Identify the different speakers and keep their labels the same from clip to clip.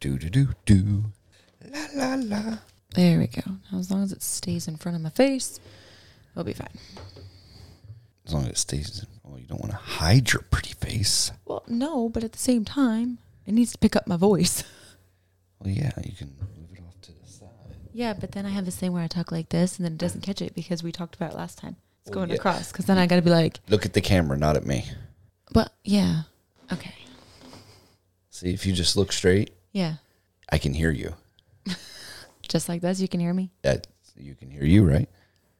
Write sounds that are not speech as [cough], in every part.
Speaker 1: Do do do do. La la la.
Speaker 2: There we go. Now, as long as it stays in front of my face, we'll be fine.
Speaker 1: As long as it stays. Well, you don't want to hide your pretty face.
Speaker 2: Well, no, but at the same time, it needs to pick up my voice. [laughs]
Speaker 1: Well, yeah, you can move it off to the side.
Speaker 2: Yeah, but then I have this thing where I talk like this and then it doesn't catch it because we talked about it last time. It's
Speaker 1: Well,
Speaker 2: going
Speaker 1: yeah.
Speaker 2: across because then I got to be like,
Speaker 1: Look at the camera, not at me.
Speaker 2: but yeah, okay,
Speaker 1: See, if you just look straight,
Speaker 2: yeah,
Speaker 1: I can hear you.
Speaker 2: just like this, you can hear me.
Speaker 1: That you can hear you, right?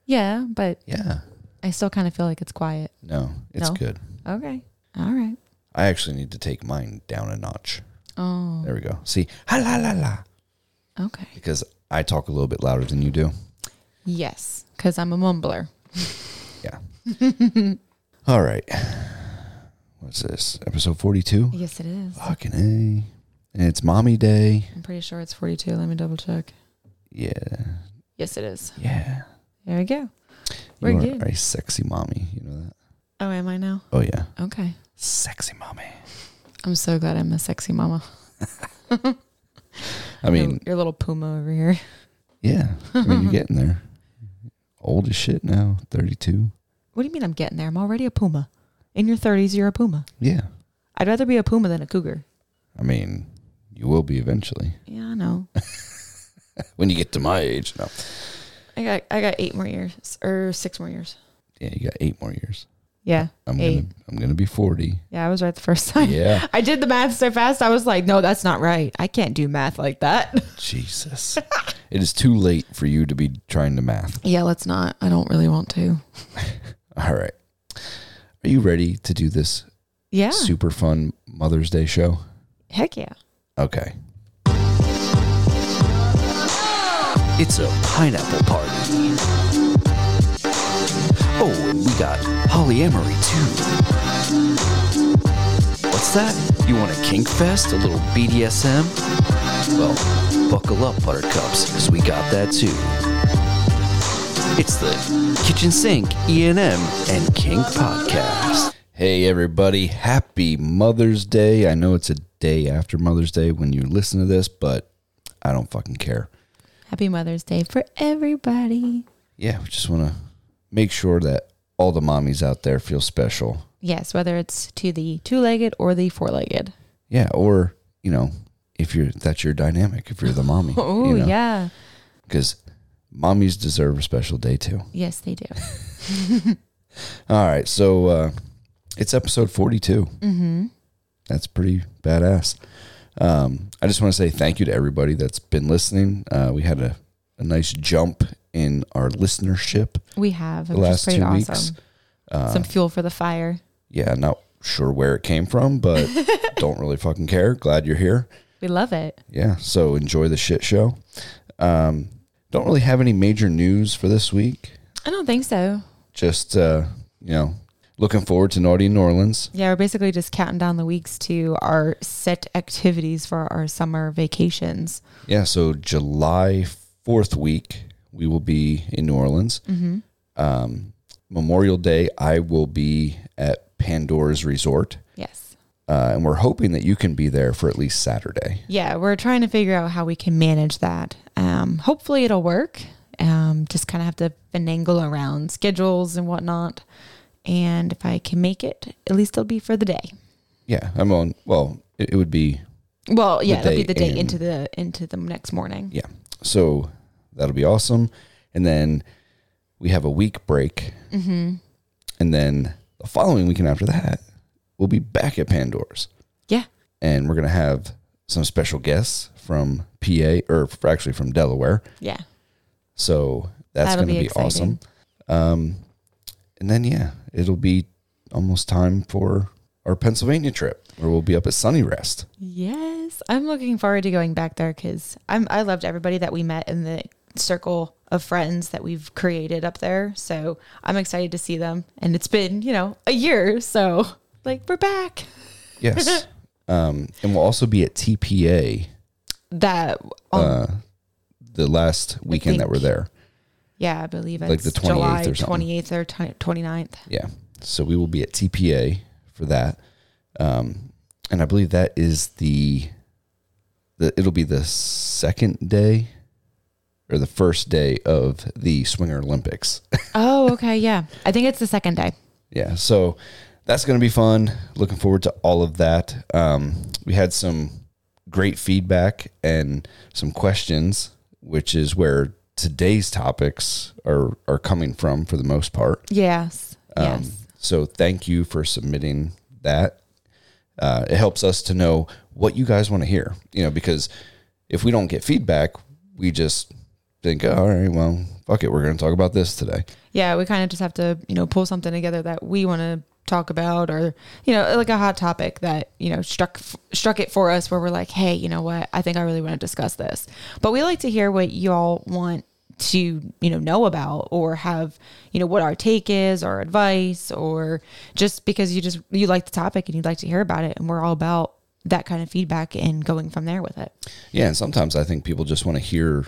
Speaker 2: Yeah, but
Speaker 1: Yeah.
Speaker 2: I still kind of feel like it's quiet.
Speaker 1: No, it's
Speaker 2: No.
Speaker 1: good.
Speaker 2: Okay, all right.
Speaker 1: I actually need to take mine down a notch.
Speaker 2: Oh,
Speaker 1: There we go. See, ha la la la,
Speaker 2: okay.
Speaker 1: because I talk a little bit louder than you do.
Speaker 2: Yes, because I'm a mumbler.
Speaker 1: Yeah. All right. What's this? Episode forty-two.
Speaker 2: [laughs] Yes, it is.
Speaker 1: Fucking a. And it's mommy day.
Speaker 2: I'm pretty sure it's 42. Let me double check.
Speaker 1: Yeah.
Speaker 2: Yes, it is.
Speaker 1: Yeah.
Speaker 2: There we go. We're
Speaker 1: You
Speaker 2: good.
Speaker 1: are a sexy mommy. You know that?
Speaker 2: Oh, am I now?
Speaker 1: Oh yeah.
Speaker 2: Okay.
Speaker 1: Sexy mommy.
Speaker 2: I'm so glad I'm a sexy mama.
Speaker 1: I mean,
Speaker 2: your little puma over here.
Speaker 1: yeah. I mean, you're getting
Speaker 2: [laughs]
Speaker 1: there. Old as shit now. Thirty-two.
Speaker 2: What do you mean I'm getting there? I'm already a puma. In your 30s, you're a puma.
Speaker 1: Yeah.
Speaker 2: I'd rather be a puma than a cougar.
Speaker 1: I mean, you will be eventually
Speaker 2: Yeah, I know.
Speaker 1: when you get to my age. No.
Speaker 2: I got I got eight more years or six more years.
Speaker 1: Yeah, you got eight more years.
Speaker 2: Yeah,
Speaker 1: I'm
Speaker 2: Eight.
Speaker 1: gonna I'm gonna be
Speaker 2: [laughs]
Speaker 1: forty.
Speaker 2: yeah, I was right the first time.
Speaker 1: Yeah.
Speaker 2: I did the math so fast. I was like, no, that's not right. I can't do math like that. [laughs]
Speaker 1: [laughs] Jesus. it is too late for you to be trying to math.
Speaker 2: Yeah, let's not. I don't really want to.
Speaker 1: All right. Are you ready to do this
Speaker 2: Yeah.
Speaker 1: super fun Mother's Day show?
Speaker 2: Heck yeah.
Speaker 1: Okay. It's a pineapple party. Oh, and we got polyamory too. What's that? You want a kink fest? A little BDSM? Well, buckle up, buttercups, because we got that too. It's the Kitchen Sink, E&M, and Kink Podcast. Hey, everybody. Happy Mother's Day. I know it's a day after Mother's Day when you listen to this, but I don't fucking care.
Speaker 2: Happy Mother's Day for everybody.
Speaker 1: Yeah, we just want to make sure that all the mommies out there feel special.
Speaker 2: Yes, whether it's to the two-legged or the four-legged.
Speaker 1: Yeah, or, you know, if you're that's your dynamic, if you're the mommy.
Speaker 2: Oh
Speaker 1: you know,
Speaker 2: yeah.
Speaker 1: Because mommies deserve a special day too.
Speaker 2: Yes, they do.
Speaker 1: All right, so uh, it's episode 42. Mm-hmm. That's pretty badass. Um, I just want to say thank you to everybody that's been listening. Uh, we had a, a nice jump in our listenership.
Speaker 2: We have.
Speaker 1: The
Speaker 2: Which is
Speaker 1: last
Speaker 2: pretty
Speaker 1: two weeks, uh,
Speaker 2: awesome. Some fuel for the fire.
Speaker 1: Yeah, not sure where it came from, but don't really fucking care. Glad you're here.
Speaker 2: We love it.
Speaker 1: Yeah, so enjoy the shit show. Um, don't really have any major news for this week.
Speaker 2: I don't think so.
Speaker 1: Just, uh, you know, looking forward to Naughty New Orleans.
Speaker 2: Yeah, we're basically just counting down the weeks to our set activities for our summer vacations.
Speaker 1: Yeah, so July 4th week, we will be in New Orleans. Um, Memorial Day, I will be at Pandora's Resort.
Speaker 2: Yes.
Speaker 1: Uh, and we're hoping that you can be there for at least Saturday.
Speaker 2: Yeah, we're trying to figure out how we can manage that. Um, hopefully, it'll work. Um, just kind of have to finagle around schedules and whatnot. And if I can make it, at least it'll be for the day.
Speaker 1: Yeah, I'm on. Well, it, it would be,
Speaker 2: Well, yeah, it'll be
Speaker 1: day
Speaker 2: the day
Speaker 1: and-
Speaker 2: into the into the next morning.
Speaker 1: yeah. So that'll be awesome. And then we have a week break. Mm-hmm. And then the following weekend after that, we'll be back at Pandora's.
Speaker 2: Yeah.
Speaker 1: and we're going to have some special guests from PA or f- actually from Delaware.
Speaker 2: Yeah.
Speaker 1: So that's
Speaker 2: That'll
Speaker 1: going to be,
Speaker 2: be
Speaker 1: awesome. Um, and then yeah, it'll be almost time for our Pennsylvania trip where we'll be up at Sunny [laughs] Rest.
Speaker 2: Yes, I'm looking forward to going back there because I'm I loved everybody that we met in the circle of friends that we've created up there. So I'm excited to see them, and it's been you know a year, so like we're back.
Speaker 1: Yes. um, and we'll also be at TPA
Speaker 2: That um,
Speaker 1: Oh. Uh, the last weekend that
Speaker 2: think-
Speaker 1: we're there.
Speaker 2: yeah, I believe it's
Speaker 1: like the 28th
Speaker 2: July
Speaker 1: or something.
Speaker 2: 28th or 20, 29th.
Speaker 1: Yeah. So we will be at TPA for that. Um, and I believe that is the the, it'll be the second day or the first day of the Swinger Olympics.
Speaker 2: Oh, okay. Yeah. I think it's the second day.
Speaker 1: yeah, so that's going to be fun. Looking forward to all of that. Um, we had some great feedback and some questions, which is where today's topics are are coming from for the most part.
Speaker 2: Yes.
Speaker 1: Um,
Speaker 2: yes.
Speaker 1: So thank you for submitting that. Uh, it helps us to know what you guys want to hear, you know, because if we don't get feedback, we just think, "Oh, all right, well, fuck it, we're going to talk about this today.
Speaker 2: Yeah. We kind of just have to, you know, pull something together that we want to talk about or, you know, like a hot topic that, you know, struck, struck it for us where we're like, hey, you know what? I think I really want to discuss this. But we like to hear what y'all want to, you know, know about or have, you know, what our take is or advice or just because you just, you like the topic and you'd like to hear about it. And we're all about that kind of feedback and going from there with it.
Speaker 1: Yeah, and sometimes I think people just want to hear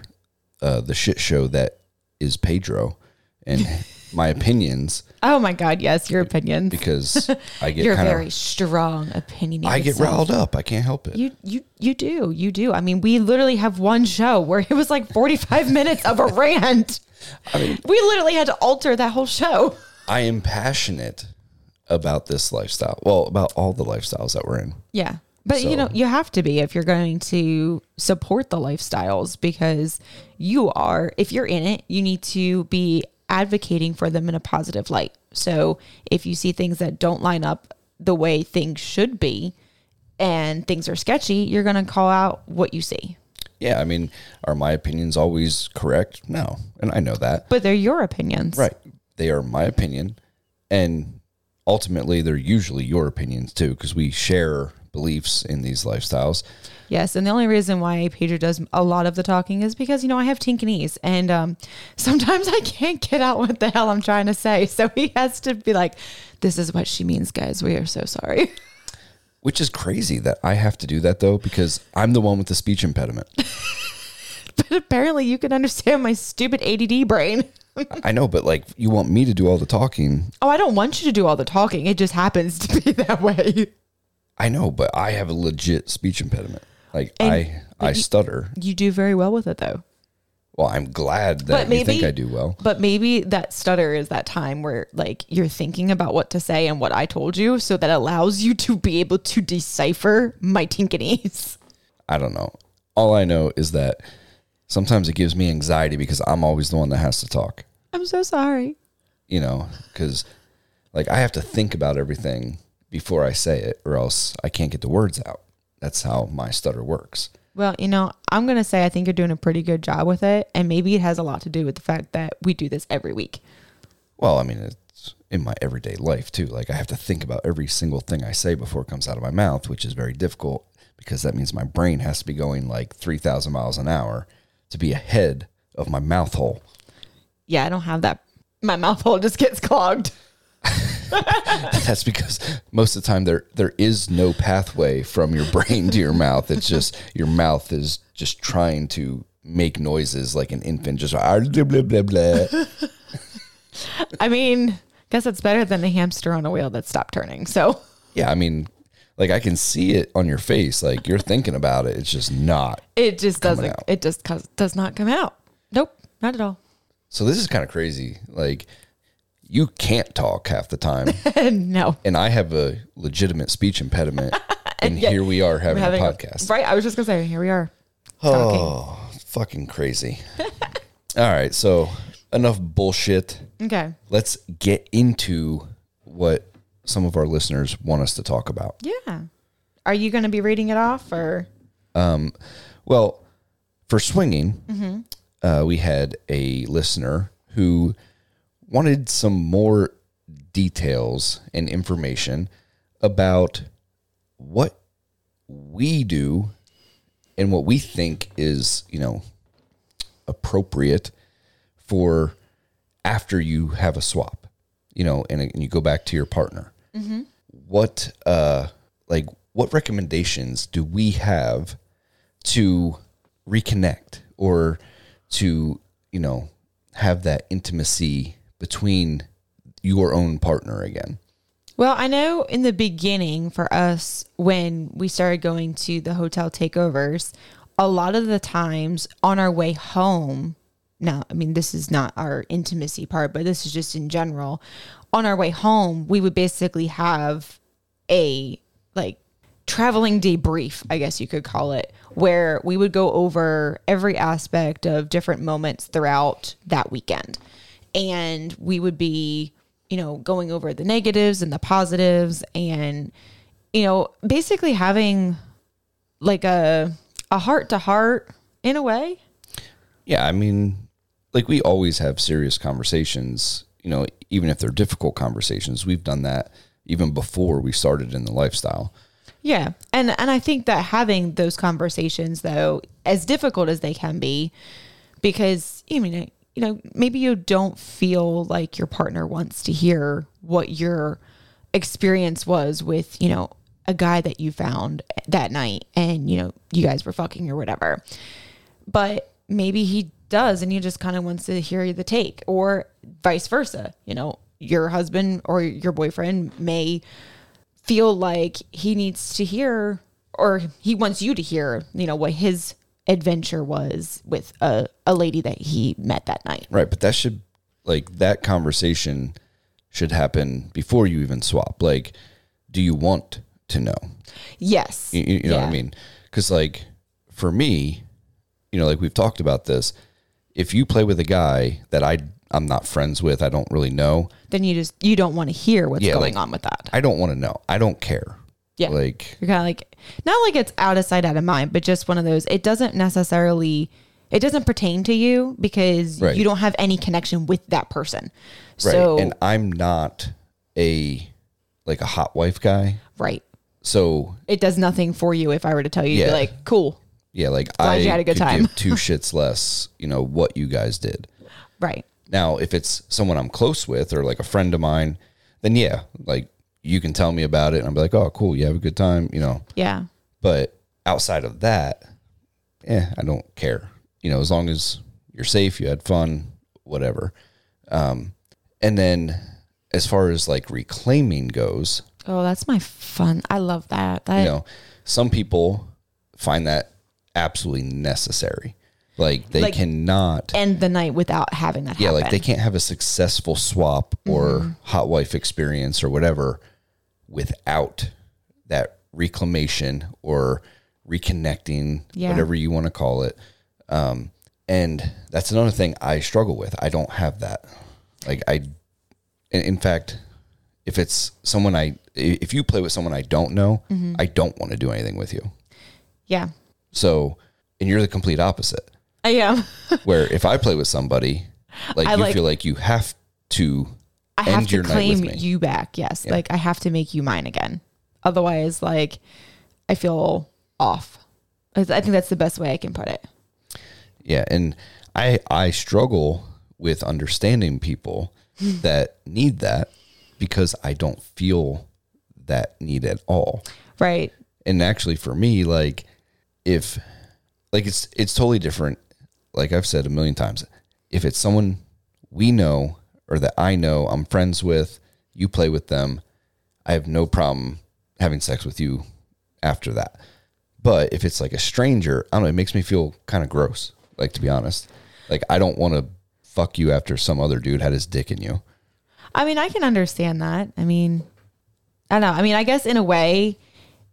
Speaker 1: uh, the shit show that is Pedro
Speaker 2: [laughs]
Speaker 1: and my opinions
Speaker 2: Oh my God. Yes. Your opinions.
Speaker 1: because I get
Speaker 2: You're
Speaker 1: kind
Speaker 2: very
Speaker 1: of
Speaker 2: strong opinionated.
Speaker 1: I get
Speaker 2: self.
Speaker 1: riled up. I can't help it.
Speaker 2: You you you do you do. I mean, we literally have one show where it was like forty five
Speaker 1: [laughs]
Speaker 2: minutes of a rant. we literally had to alter that whole show.
Speaker 1: I am passionate about this lifestyle. Well, about all the lifestyles that we're in.
Speaker 2: Yeah, but you know
Speaker 1: So-
Speaker 2: you have to be if you're going to support the lifestyles because you are. If you're in it, you need to be advocating for them in a positive light. So if you see things that don't line up the way things should be, and things are sketchy, you're going to call out what you see.
Speaker 1: Yeah, I mean, are my opinions always correct? No, and I know that.
Speaker 2: But they're your opinions.
Speaker 1: Right. They are my opinion, and ultimately, they're usually your opinions too, because we share beliefs in these lifestyles.
Speaker 2: Yes, and the only reason why Pedro does a lot of the talking is because you know I have tinkies, and um, [laughs] sometimes I can't get out what the hell I'm trying to say. So he has to be like, "This is what she means, guys. We are so sorry." [laughs]
Speaker 1: Which is crazy that I have to do that though, because I'm the one with the speech impediment.
Speaker 2: but apparently, you can understand my stupid ADD brain.
Speaker 1: I know, but like, you want me to do all the talking.
Speaker 2: Oh, I don't want you to do all the talking. It just happens [laughs] to be that way.
Speaker 1: I know, but I have a legit speech impediment. Like, I I stutter.
Speaker 2: You do very well with it, though.
Speaker 1: Well, I'm glad that
Speaker 2: But
Speaker 1: you think
Speaker 2: maybe-
Speaker 1: I do well.
Speaker 2: But maybe that stutter is that time where like you're thinking about what to say and what I told you, so that allows you to be able to decipher my tinkies.
Speaker 1: I don't know. All I know is that sometimes it gives me anxiety because I'm always the one that has to talk,
Speaker 2: I'm so sorry.
Speaker 1: you know, because like I have to think about everything before I say it or else I can't get the words out. That's how my stutter works.
Speaker 2: Well, you know, I'm going to say I think you're doing a pretty good job with it. And maybe it has a lot to do with the fact that we do this every week.
Speaker 1: Well, I mean, it's in my everyday life too. Like I have to think about every single thing I say before it comes out of my mouth, which is very difficult because that means my brain has to be going like 3,000 miles an hour to be ahead of my mouth hole. [laughs]
Speaker 2: Yeah, I don't have that. My mouth hole just gets clogged.
Speaker 1: That's because most of the time there there is no pathway from your [laughs] brain to your mouth. It's just your mouth is just trying to make noises like an infant, just "Ah, blah blah blah blah.
Speaker 2: I mean, guess it's better than the hamster on a wheel that stopped turning. So,
Speaker 1: Yeah, I mean, like I can see it on your face. Like you're thinking about it. It's just not.
Speaker 2: it just
Speaker 1: Coming
Speaker 2: doesn't
Speaker 1: out.
Speaker 2: it just cause, does not come out. Nope, not at all. [laughs]
Speaker 1: So this is kind of crazy. Like you can't talk half the time,
Speaker 2: no.
Speaker 1: and I have a legitimate speech impediment, and here we are having,
Speaker 2: Having
Speaker 1: a
Speaker 2: a-
Speaker 1: podcast.
Speaker 2: Right, I was just going to say here we are. Talking.
Speaker 1: Oh, fucking crazy. [laughs] All right, so enough bullshit.
Speaker 2: Okay.
Speaker 1: Let's get into what some of our listeners want us to talk about.
Speaker 2: Yeah. Are you going to be reading it off or
Speaker 1: Well, for swinging, uh, we had a listener who wanted some more details and information about what we do and what we think is, you know, appropriate for after you have a swap, you know, and, and you go back to your partner. What, uh, like, what recommendations do we have to reconnect or to, you know, have that intimacy between your own partner again?
Speaker 2: Well, I know in the beginning for us, when we started going to the hotel takeovers, a lot of the times on our way home, now, I mean, this is not our intimacy part, but this is just in general. On our way home, we would basically have a like traveling debrief, I guess you could call it, where we would go over every aspect of different moments throughout that weekend. And we would be, you know, going over the negatives and the positives and, you know, basically having like a a heart to heart in a way.
Speaker 1: Yeah, I mean, like we always have serious conversations, you know, even if they're difficult conversations. We've done that even before we started in the lifestyle.
Speaker 2: Yeah. And and I think that having those conversations though, as difficult as they can be, because you mean you know, maybe you don't feel like your partner wants to hear what your experience was with, you know, a guy that you found that night and you know, you guys were fucking or whatever. But maybe he does and he just kind of wants to hear the take or vice versa, you know, your husband or your boyfriend may feel like he needs to hear or he wants you to hear, you know, what his adventure was with a, a lady that he met that night.
Speaker 1: Right, but that should like that conversation should happen before you even swap. Like, do you want to know?
Speaker 2: Yes.
Speaker 1: You, you know what
Speaker 2: Yeah.
Speaker 1: I mean? Because like for me, you know, like we've talked about this. If you play with a guy that I I'm not friends with, I don't really know.
Speaker 2: Then you just you don't want to hear what's
Speaker 1: Yeah,
Speaker 2: going
Speaker 1: like-
Speaker 2: on with that.
Speaker 1: I don't want to know. I don't care.
Speaker 2: Yeah.
Speaker 1: Like
Speaker 2: You're kind of like not like it's out of sight out of mind, but just one of those it doesn't necessarily it doesn't pertain to you because
Speaker 1: Right.
Speaker 2: you don't have any connection with that person.
Speaker 1: right.
Speaker 2: So
Speaker 1: and I'm not a like a hot wife guy.
Speaker 2: right.
Speaker 1: So
Speaker 2: It does nothing for you if I were to tell you you'd be
Speaker 1: Yeah.
Speaker 2: like, cool.
Speaker 1: yeah, like I
Speaker 2: Glad you had a good
Speaker 1: could
Speaker 2: time.
Speaker 1: give
Speaker 2: [laughs]
Speaker 1: two shits less, you know, what you guys did.
Speaker 2: Right.
Speaker 1: Now, if it's someone I'm close with or like a friend of mine, then yeah, like you can tell me about it and I'm like, oh, cool, you have a good time, you know.
Speaker 2: Yeah.
Speaker 1: But outside of that, eh, I don't care. You know, as long as you're safe, you had fun, whatever. Um, and then as far as like reclaiming goes,
Speaker 2: Oh, that's my fun. I love that. That
Speaker 1: you know, some people find that absolutely necessary. Like they
Speaker 2: Like-
Speaker 1: cannot
Speaker 2: end the night without having that
Speaker 1: yeah
Speaker 2: happen. Mm-hmm.
Speaker 1: like they can't have a successful swap or hot wife experience or whatever without that reclamation or reconnecting
Speaker 2: Yeah.
Speaker 1: whatever you want to call it um, and that's another thing i struggle with i don't have that like i in, in fact if it's someone i i- if you play with someone i don't know
Speaker 2: Mm-hmm.
Speaker 1: i don't want to do anything with you
Speaker 2: yeah.
Speaker 1: so and you're the complete opposite
Speaker 2: I am.
Speaker 1: where if I play with somebody, like
Speaker 2: I
Speaker 1: you
Speaker 2: like-
Speaker 1: feel like you have to
Speaker 2: I
Speaker 1: end
Speaker 2: have to
Speaker 1: your night with
Speaker 2: claim
Speaker 1: me.
Speaker 2: you back. Yes. Like I have to make you mine again. Otherwise, like I feel off. I I think that's the best way I can put it.
Speaker 1: yeah, and I I struggle with understanding
Speaker 2: [laughs]
Speaker 1: people that need that because I don't feel that need at all.
Speaker 2: Right.
Speaker 1: And actually for me like if like it's it's totally different like I've said a million times if it's someone we know or that I know I'm friends with, you play with them, I have no problem having sex with you after that. But if it's like a stranger, I don't know, it makes me feel kind of gross, like to be honest. Like I don't want to fuck you after some other dude had his dick in you.
Speaker 2: I mean, I can understand that. I mean, I don't know. I mean, I guess in a way,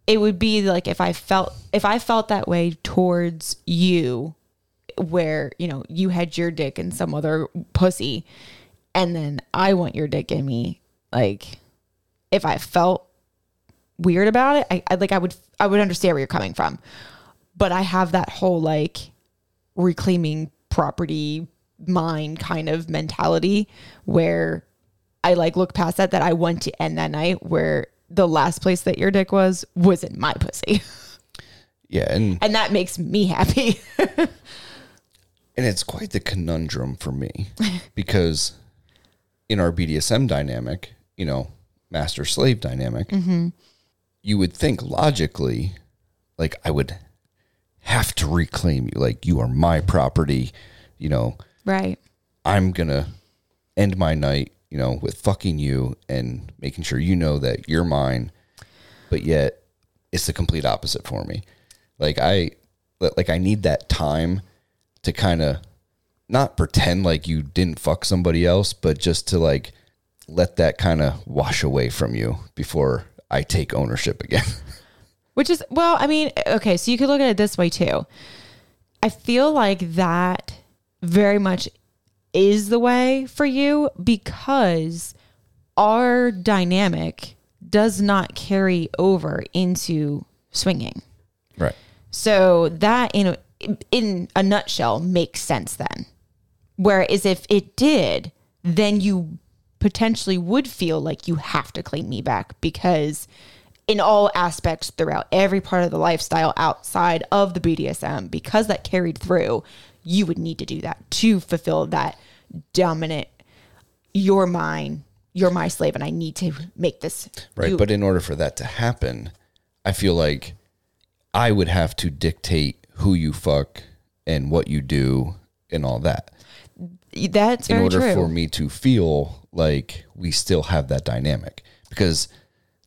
Speaker 2: it would be like if I felt if I felt that way towards you, where you know you had your dick in some other pussy, and then I want your dick in me. Like, if I felt weird about it, I, I like I would I would understand where you're coming from, but I have that whole like reclaiming property mind kind of mentality where I like look past that that I want to end that night where the last place that your dick was wasn't my pussy. [laughs]
Speaker 1: Yeah, and
Speaker 2: And that makes me happy. [laughs]
Speaker 1: And it's quite the conundrum for me [laughs] because in our BDSM dynamic, you know, master slave dynamic, you would think logically, like, I would have to reclaim you. Like, you are my property. You know,
Speaker 2: right.
Speaker 1: I'm going to end my night, you know, with fucking you and making sure you know that you're mine. But yet, it's the complete opposite for me. Like, I, that like I need that time to kind of not pretend like you didn't fuck somebody else, but just to like let that kind of wash away from you before I take ownership again. [laughs]
Speaker 2: Which is, well, I mean, okay, so you could look at it this way too. I feel like that very much is the way for you because our dynamic does not carry over into swinging.
Speaker 1: right.
Speaker 2: So that in a, in a nutshell makes sense then. Whereas if it did, then you potentially would feel like you have to claim me back because in all aspects throughout every part of the lifestyle outside of the BDSM because that carried through, you would need to do that to fulfill that dominant you're mine, you're my slave and I need to make this
Speaker 1: Right.
Speaker 2: you-
Speaker 1: But in order for that to happen, I feel like I would have to dictate who you fuck and what you do and all that
Speaker 2: that's
Speaker 1: in
Speaker 2: very
Speaker 1: order
Speaker 2: true.
Speaker 1: for me to feel like we still have that dynamic. Because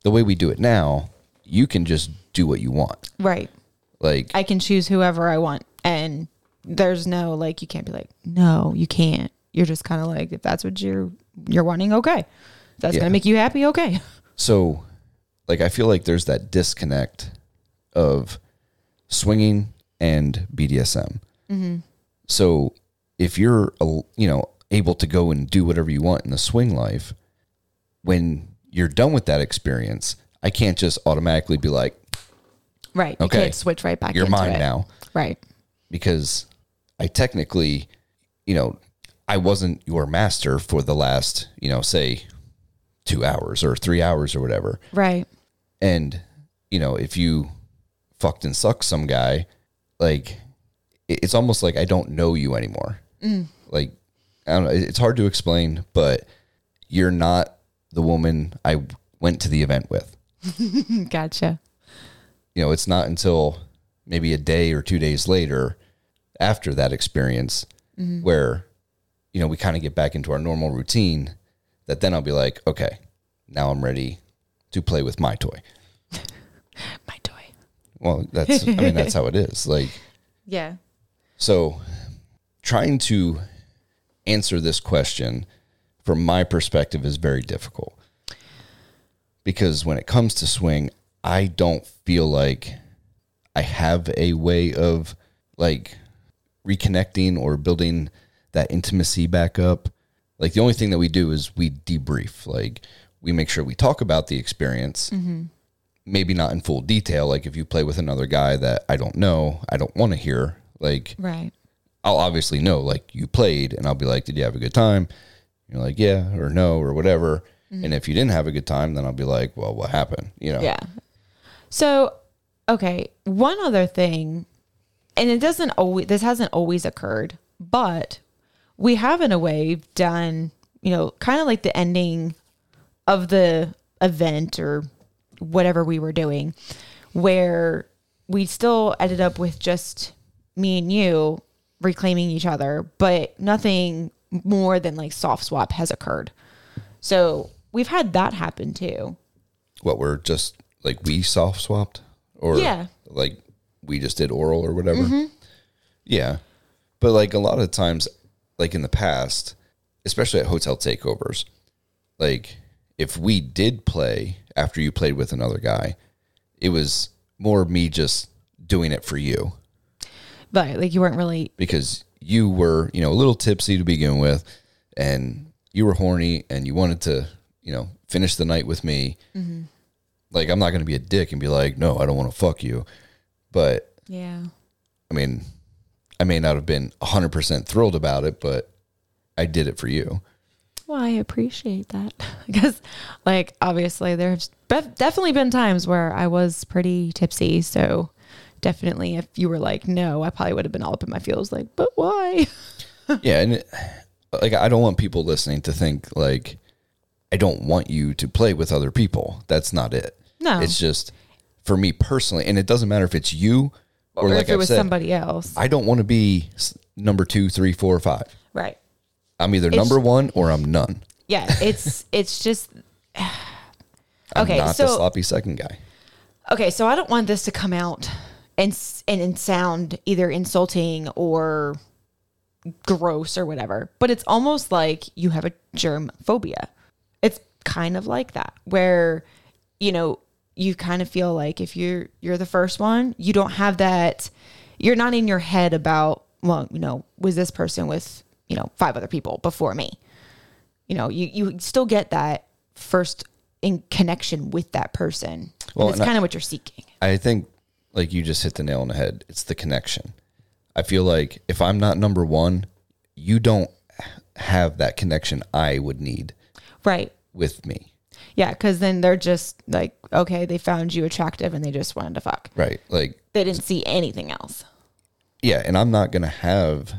Speaker 1: the way we do it now, you can just do what you want.
Speaker 2: right.
Speaker 1: Like,
Speaker 2: I can choose whoever I want. And there's no like you can't be like, no, you can't. You're just kind of like if that's what you're you're wanting, okay. If that's
Speaker 1: Yeah.
Speaker 2: gonna make you happy, okay. [laughs]
Speaker 1: so like I feel like there's that disconnect of swinging and BDSM.
Speaker 2: Mm-hmm.
Speaker 1: So if you're a- you know able to go and do whatever you want in the swing life, when you're done with that experience, I can't just automatically be like
Speaker 2: Right.
Speaker 1: Okay.
Speaker 2: You can't switch right back.
Speaker 1: you're
Speaker 2: into
Speaker 1: mine
Speaker 2: it.
Speaker 1: now
Speaker 2: Right.
Speaker 1: because I technically, you know, I wasn't your master for the last you know say two hours or three hours or whatever.
Speaker 2: Right. [laughs]
Speaker 1: And, you know, if you fucked and sucked some guy, like, it- it's almost like I don't know you anymore. Like, I don't know. it- It's hard to explain, but you're not the woman I went to the event with.
Speaker 2: Gotcha.
Speaker 1: You know, it's not until maybe a day or two days later after that experience where, you know, we kind of get back into our normal routine that then I'll be like, okay, now I'm ready to play with my toy.
Speaker 2: My toy.
Speaker 1: Well, that's I mean that's how it is. Like
Speaker 2: Yeah.
Speaker 1: so trying to answer this question from my perspective is very difficult. Because when it comes to swing, I don't feel like I have a way of like reconnecting or building that intimacy back up. Like the only thing that we do is we debrief. Like we make sure we talk about the experience maybe not in full detail. Like if you play with another guy that I don't know, I don't want to hear. Like
Speaker 2: Right.
Speaker 1: I'll obviously know, like you played, and I'll be like, did you have a good time? You're like, yeah, or no, or whatever. And if you didn't have a good time, then I'll be like, well, what happened? You know,
Speaker 2: Mm-hmm. Yeah. So, okay, one other thing, and it doesn't always, this hasn't always occurred, but we have in a way done, you know, kind of like the ending of the event or whatever we were doing, where we still ended up with just me and you reclaiming each other, but nothing more than like soft swap has occurred. So we've had that happen too.
Speaker 1: what we're just like we soft swapped, or
Speaker 2: Yeah. Mm-hmm.
Speaker 1: like we just did oral or whatever. Yeah, but like a lot of times, like in the past, especially at hotel takeovers, like if we did play after you played with another guy, it was more me just doing it for you
Speaker 2: But like you weren't really
Speaker 1: because you were, you know, a little tipsy to begin with and you were horny and you wanted to, you know, finish the night with me.
Speaker 2: Mm-hmm.
Speaker 1: Like, I'm not going to be a dick and be like, no, I don't want to fuck you. But
Speaker 2: Yeah.
Speaker 1: I mean, I may not have been 100% thrilled about it, but I did it for
Speaker 2: [laughs]
Speaker 1: you.
Speaker 2: Well, I appreciate that [laughs] because, like, obviously, there's bef- definitely been times where I was pretty tipsy. So, definitely, if you were like, "No," I probably would have been all up in my feels, like, "But why?"
Speaker 1: yeah and it, like i don't want people listening to think like i don't want you to play with other people that's not it
Speaker 2: No.
Speaker 1: it's just for me personally and it doesn't matter if it's you
Speaker 2: [laughs]
Speaker 1: or, like
Speaker 2: if it
Speaker 1: i
Speaker 2: was
Speaker 1: said
Speaker 2: somebody else,
Speaker 1: i don't want to be s- number two three four or five
Speaker 2: right?
Speaker 1: i'm either number one or i'm none
Speaker 2: Yeah,
Speaker 1: [laughs]
Speaker 2: it's it's just
Speaker 1: i'm
Speaker 2: okay.
Speaker 1: not the
Speaker 2: So
Speaker 1: sloppy second guy
Speaker 2: okay, so I don't want this to come out and s- and and sound either insulting or gross or whatever. But it's almost like you have a germ phobia. It's kind of like that where you know, you kind of feel like if you're you're the first one, you don't have that you're not in your head about well, you know, was this person with, you know, five other people before me. You know, you you still get that first in connection with that person.
Speaker 1: Well,
Speaker 2: and it's
Speaker 1: and I-
Speaker 2: kind of what you're seeking.
Speaker 1: I think like you just hit the nail on the head. It's the connection. I feel like if I'm not number one, you don't have that connection I would need
Speaker 2: Right.
Speaker 1: with me.
Speaker 2: Yeah, because then they're just like, okay, they found you attractive and they just wanted to fuck.
Speaker 1: Right. Like,
Speaker 2: They didn't see anything else.
Speaker 1: yeah, and I'm not going to have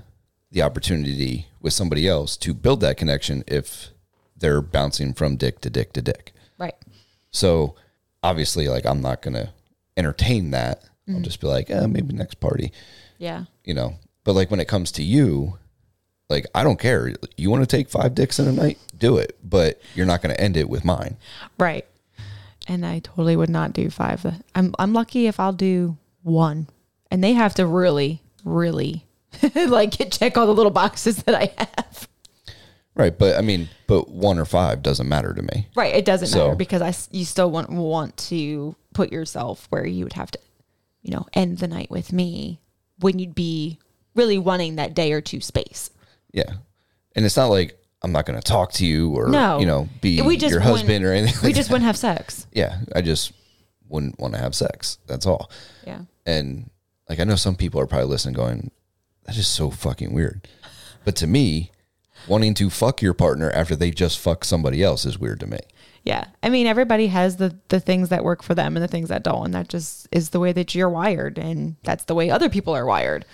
Speaker 1: the opportunity with somebody else to build that connection if they're bouncing from dick to dick to dick.
Speaker 2: Right.
Speaker 1: So obviously, like, I'm not going to entertain that. I'll
Speaker 2: Mm-hmm.
Speaker 1: just be like, eh, maybe next party.
Speaker 2: Yeah.
Speaker 1: you know. But like when it comes to you, like I don't care. You want to take five dicks in a night, do it. But you're not going to end it with mine.
Speaker 2: Right. And I totally would not do five. I'm I'm lucky if I'll do one. And they have to really, really [laughs] like check all the little boxes that I have.
Speaker 1: Right. But I mean, but one or five doesn't matter to me.
Speaker 2: Right. It doesn't
Speaker 1: So-
Speaker 2: matter because I s- you still want want to put yourself where you would have to, you know, end the night with me when you'd be really wanting that day or two space.
Speaker 1: Yeah. And it's not like I'm not going to talk to you or,
Speaker 2: No.
Speaker 1: you know, be
Speaker 2: We just
Speaker 1: your
Speaker 2: wouldn't-
Speaker 1: husband or anything.
Speaker 2: We
Speaker 1: like
Speaker 2: just wouldn't have sex.
Speaker 1: that. [laughs] yeah. I just wouldn't want to have sex. That's all.
Speaker 2: Yeah.
Speaker 1: And like I know some people are probably listening going, that is so fucking weird. But to me, wanting to fuck your partner after they just fuck somebody else is weird to me.
Speaker 2: Yeah. I mean, everybody has the the things that work for them and the things that don't, and that just is the way that you're wired and that's the way other people are wired.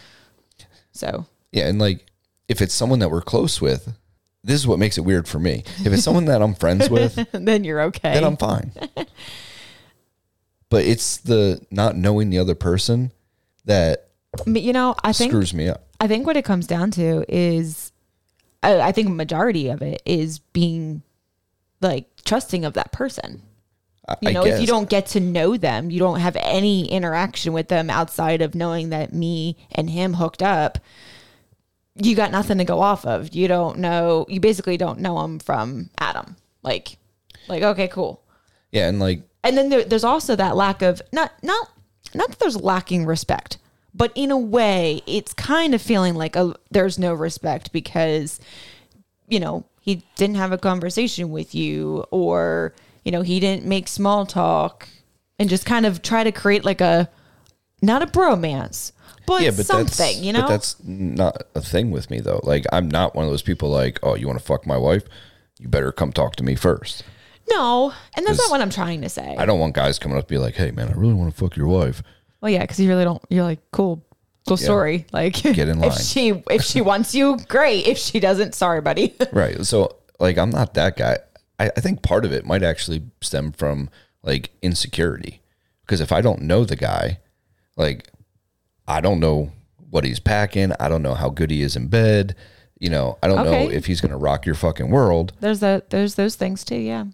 Speaker 2: So, [laughs]
Speaker 1: Yeah, and like if it's someone that we're close with, this is what makes it weird for me. If it's someone that I'm friends with,
Speaker 2: [laughs] then you're okay.
Speaker 1: then I'm fine. But it's the not knowing the other person that
Speaker 2: But, you know, I think
Speaker 1: screws me up.
Speaker 2: I think what it comes down to is I, I think majority of it is being like trusting of that person.
Speaker 1: I,
Speaker 2: You
Speaker 1: I
Speaker 2: know, if you
Speaker 1: guess.
Speaker 2: don't get to know them, you don't have any interaction with them outside of knowing that me and him hooked up. You got nothing to go off of. You don't know. You basically don't know him from Adam. Like, like okay, cool.
Speaker 1: Yeah, and like
Speaker 2: And then there, there's also that lack of not not not that there's lacking respect, but in a way, it's kind of feeling like a, there's no respect because you know, he didn't have a conversation with you or, you know, he didn't make small talk and just kind of try to create like a not a bromance, but,
Speaker 1: yeah, but
Speaker 2: something,
Speaker 1: that's,
Speaker 2: you know?
Speaker 1: but that's not a thing with me though. Like I'm not one of those people like, oh, you want to fuck my wife? You better come talk to me first.
Speaker 2: no. And that's not
Speaker 1: Is-
Speaker 2: what I'm trying to say.
Speaker 1: I don't want guys coming up to be like, hey man, I really want to fuck your wife.
Speaker 2: Well, yeah, because you really don't you're like, cool, cool story. [laughs] Like get
Speaker 1: in
Speaker 2: If
Speaker 1: line.
Speaker 2: she if she wants you, great. If she doesn't, sorry, buddy. [laughs]
Speaker 1: Right. So like I'm not that guy. I, I think part of it might actually stem from like insecurity. Because if I don't know the guy, like I don't know what he's packing. I don't know how good he is in bed. You know, I don't know
Speaker 2: Okay.
Speaker 1: if he's gonna rock your fucking world.
Speaker 2: there's that there's those things too, yeah.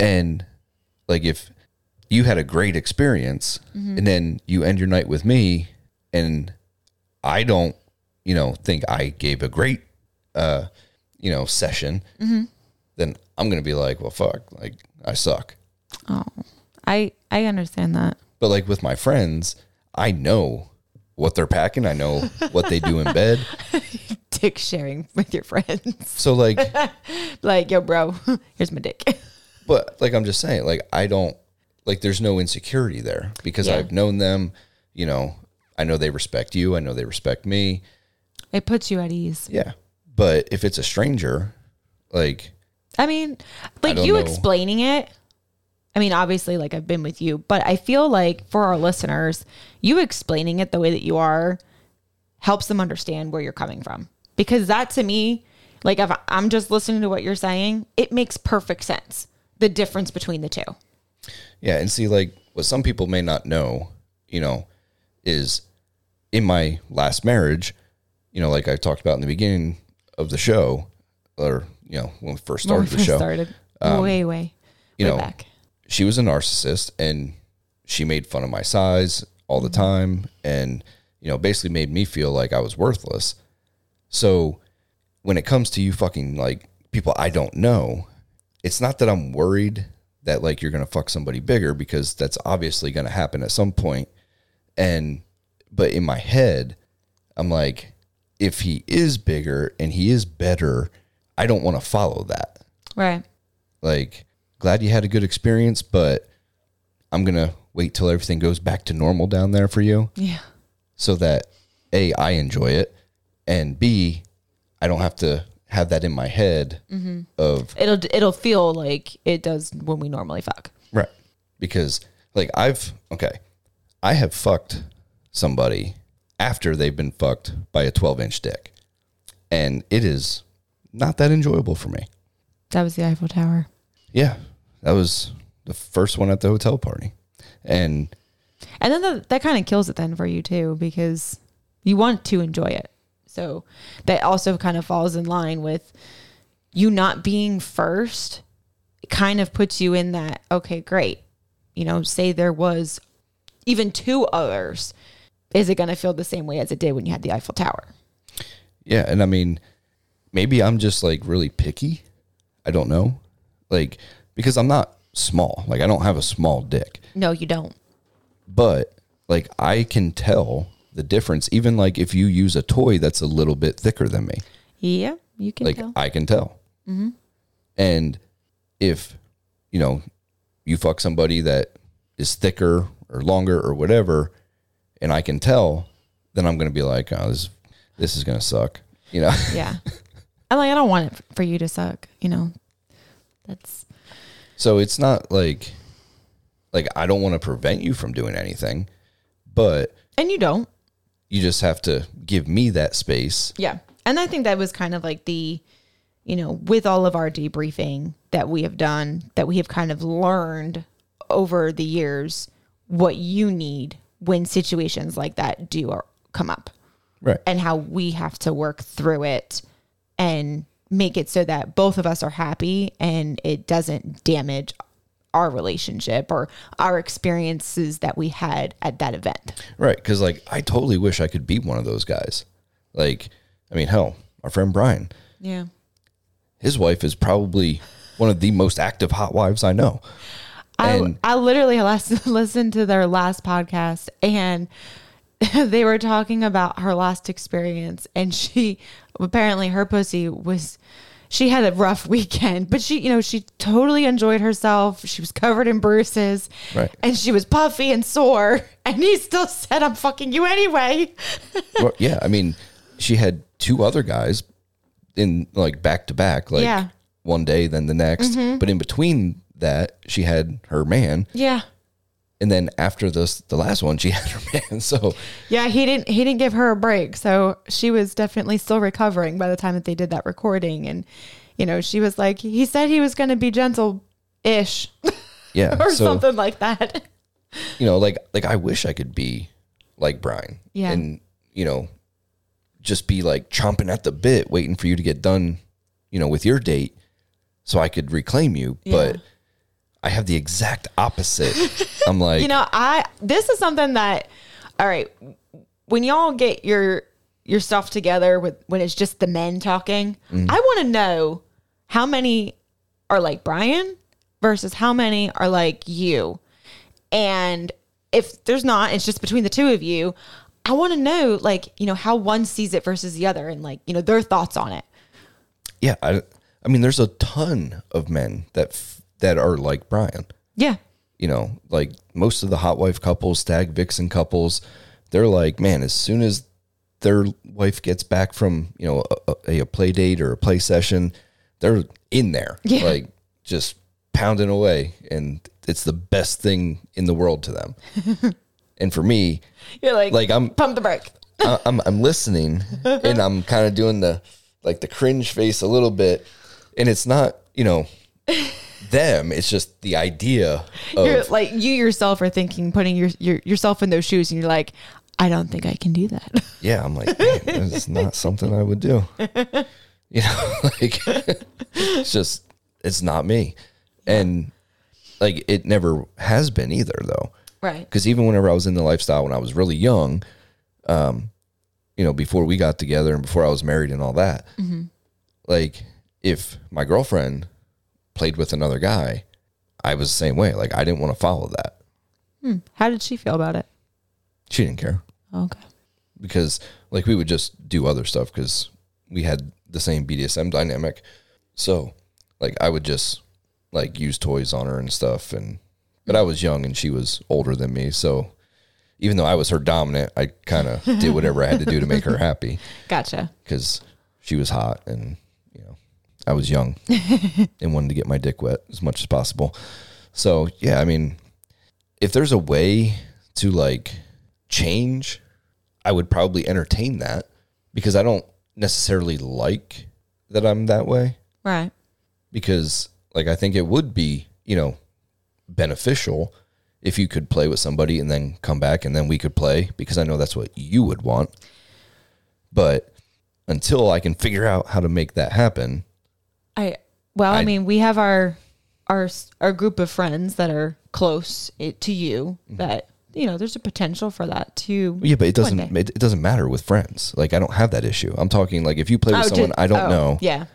Speaker 1: And like if you had a great experience and then you end your night with me and I don't, you know, think I gave a great uh, you know, session, then I'm gonna be like, well fuck, like I suck.
Speaker 2: Oh. I I understand that.
Speaker 1: But like with my friends, I know what they're packing, I know what they do in bed.
Speaker 2: Dick sharing with your friends. [laughs]
Speaker 1: So like
Speaker 2: like, yo, bro, [laughs] here's my dick. [laughs]
Speaker 1: but like I'm just saying, like I don't like there's no insecurity there because
Speaker 2: Yeah.
Speaker 1: I've known them, you know, I know they respect you, I know they respect me.
Speaker 2: It puts you at ease.
Speaker 1: Yeah. But if it's a stranger, like,
Speaker 2: I mean, like
Speaker 1: don't
Speaker 2: you
Speaker 1: know.
Speaker 2: explaining it. I mean, obviously, like I've been with you, but I feel like for our listeners, you explaining it the way that you are helps them understand where you're coming from. Because that to me, like if I'm just listening to what you're saying, it makes perfect sense. The difference between the two.
Speaker 1: yeah. And see, like, what some people may not know, you know, is in my last marriage, you know, like I talked about in the beginning of the show, or, you know, when we first started the show, Um,
Speaker 2: Started way, way,
Speaker 1: you
Speaker 2: way
Speaker 1: know,
Speaker 2: back.
Speaker 1: she was a narcissist and she made fun of my size. all the time and you know basically made me feel like I was worthless. So when it comes to you fucking like people I don't know, it's not that I'm worried that like you're going to fuck somebody bigger because that's obviously going to happen at some point and but in my head I'm like if he is bigger and he is better, I don't want to follow that
Speaker 2: Right.
Speaker 1: like glad you had a good experience but i'm gonna wait till everything goes back to normal down there for you
Speaker 2: Yeah.
Speaker 1: so that a i enjoy it and b i don't have to have that in my head of
Speaker 2: It'll it'll feel like it does when we normally fuck.
Speaker 1: right because like i've okay i have fucked somebody after they've been fucked by a 12 inch dick and it is not that enjoyable for me
Speaker 2: That was the Eiffel Tower.
Speaker 1: yeah that was the first one at the hotel party and
Speaker 2: And then that that kind of kills it then for you too because you want to enjoy it. So that also kind of falls in line with you not being first. It kind of puts you in that okay, great. You know, say there was even two others. Is it going to feel the same way as it did when you had the Eiffel Tower?
Speaker 1: Yeah, and I mean, maybe I'm just like really picky. I don't know, like because I'm not small. Like I don't have a small dick,
Speaker 2: No, you don't.
Speaker 1: but like I can tell the difference. Even like if you use a toy that's a little bit thicker than me,
Speaker 2: Yeah, you can
Speaker 1: like [laughs]
Speaker 2: tell. Mm-hmm.
Speaker 1: I can tell. And if you know you fuck somebody that is thicker or longer or whatever, and I can tell, then I'm gonna be like, oh, this this is gonna suck. You know. [laughs]
Speaker 2: yeah. I'm like, I don't want it f- for you to suck. You know, that's
Speaker 1: So it's not like like I don't want to prevent you from doing anything, but
Speaker 2: and you don't.
Speaker 1: you just have to give me that space.
Speaker 2: Yeah. And I think that was kind of like the, you know, with all of our debriefing that we have done, that we have kind of learned over the years what you need when situations like that do or come up
Speaker 1: Right.
Speaker 2: and how we have to work through it and make it so that both of us are happy and it doesn't damage our relationship or our experiences that we had at that event.
Speaker 1: Right, cuz like I totally wish I could be one of those guys. Like I mean, hell, our friend Brian,
Speaker 2: Yeah.
Speaker 1: his wife is probably one of the most active hot wives I know.
Speaker 2: I,
Speaker 1: And-
Speaker 2: I literally [laughs] last, listened to their last podcast and [laughs] they were talking about her last experience and she apparently her pussy was she had a rough [laughs] weekend but she you know she totally enjoyed herself she was covered in bruises
Speaker 1: Right.
Speaker 2: and she was puffy and sore [laughs] and he still said i'm fucking you anyway
Speaker 1: well, [laughs] yeah, I mean, she had two other guys in like back to back, like
Speaker 2: Yeah.
Speaker 1: one day then the next, but in between that, she had her man
Speaker 2: yeah
Speaker 1: and then after this the last one she [laughs] had her man so
Speaker 2: yeah he didn't he didn't give her a break so she was definitely still recovering by the time that they did that recording and you know she was like he said he was going to be gentle ish
Speaker 1: yeah
Speaker 2: [laughs] or
Speaker 1: so
Speaker 2: something like that
Speaker 1: you know like like i wish i could be like brian
Speaker 2: Yeah.
Speaker 1: and you know just be like chomping at the bit waiting for you to get done you know with your date so i could reclaim you but
Speaker 2: Yeah.
Speaker 1: i have the exact
Speaker 2: [laughs]
Speaker 1: opposite i'm like
Speaker 2: you know i this is something that all right when y'all get your your stuff together with when it's just the men talking i want to know how many are like brian versus how many are like you and if there's not it's just between the two of you i want to know like you know how one sees it versus the other and like you know their thoughts on it
Speaker 1: yeah I, I mean there's a ton of men that f- that are like brian
Speaker 2: yeah
Speaker 1: you know, like most of the hot wife couples, stag vixen couples, they're like, man, as soon as their wife gets back from, you know, a, a- a play date or a play session, they're in there,
Speaker 2: Yeah.
Speaker 1: like just pounding away. And it's the best thing in the world to
Speaker 2: [laughs]
Speaker 1: them. and for me,
Speaker 2: you're like
Speaker 1: like I'm,
Speaker 2: pump the brake
Speaker 1: I- I'm I'm listening and I'm kind of doing the like the cringe face a little bit, and it's not you
Speaker 2: [laughs]
Speaker 1: know them. It's just the idea of
Speaker 2: you're like you yourself are thinking putting your, your yourself in those shoes and you're like i don't think i can do that [laughs]
Speaker 1: yeah. I'm like, man, it's not something I would do. [laughs] You know, [laughs] like it's just it's not me, and like it never has been either though.
Speaker 2: Right.
Speaker 1: Because even whenever I was in the lifestyle when I was really young, um, you know, before we got together and before I was married and all that, like if my girlfriend played with another guy, I was the same way. Like I didn't want to follow that.
Speaker 2: Hmm. How did she feel about it?
Speaker 1: She didn't care
Speaker 2: Okay.
Speaker 1: because like we would just do other stuff because we had the same BDSM dynamic. So like I would just like use toys on her and stuff and but I was young and she was older than me, so even though I was her dominant, I kind of did whatever I had to do to make her happy
Speaker 2: Gotcha.
Speaker 1: because she was hot and you know I was young and wanted to get my dick wet as much as possible. So yeah, I mean, if there's a way to like change, I would probably entertain that because I don't necessarily like that I'm that way
Speaker 2: Right.
Speaker 1: because like I think it would be you know beneficial if you could play with somebody and then come back and then we could play because I know that's what you would want. But until I can figure out how to make that happen,
Speaker 2: I well, I,
Speaker 1: I-
Speaker 2: mean, we have our our s- our group of friends that are close it, to you that you know there's a potential for that to
Speaker 1: yeah, but it
Speaker 2: One
Speaker 1: doesn't
Speaker 2: day.
Speaker 1: it, it doesn't matter with friends. Like I don't have that issue. I'm talking like if you play with
Speaker 2: Oh,
Speaker 1: someone
Speaker 2: just-
Speaker 1: I don't
Speaker 2: oh,
Speaker 1: know,
Speaker 2: Yeah,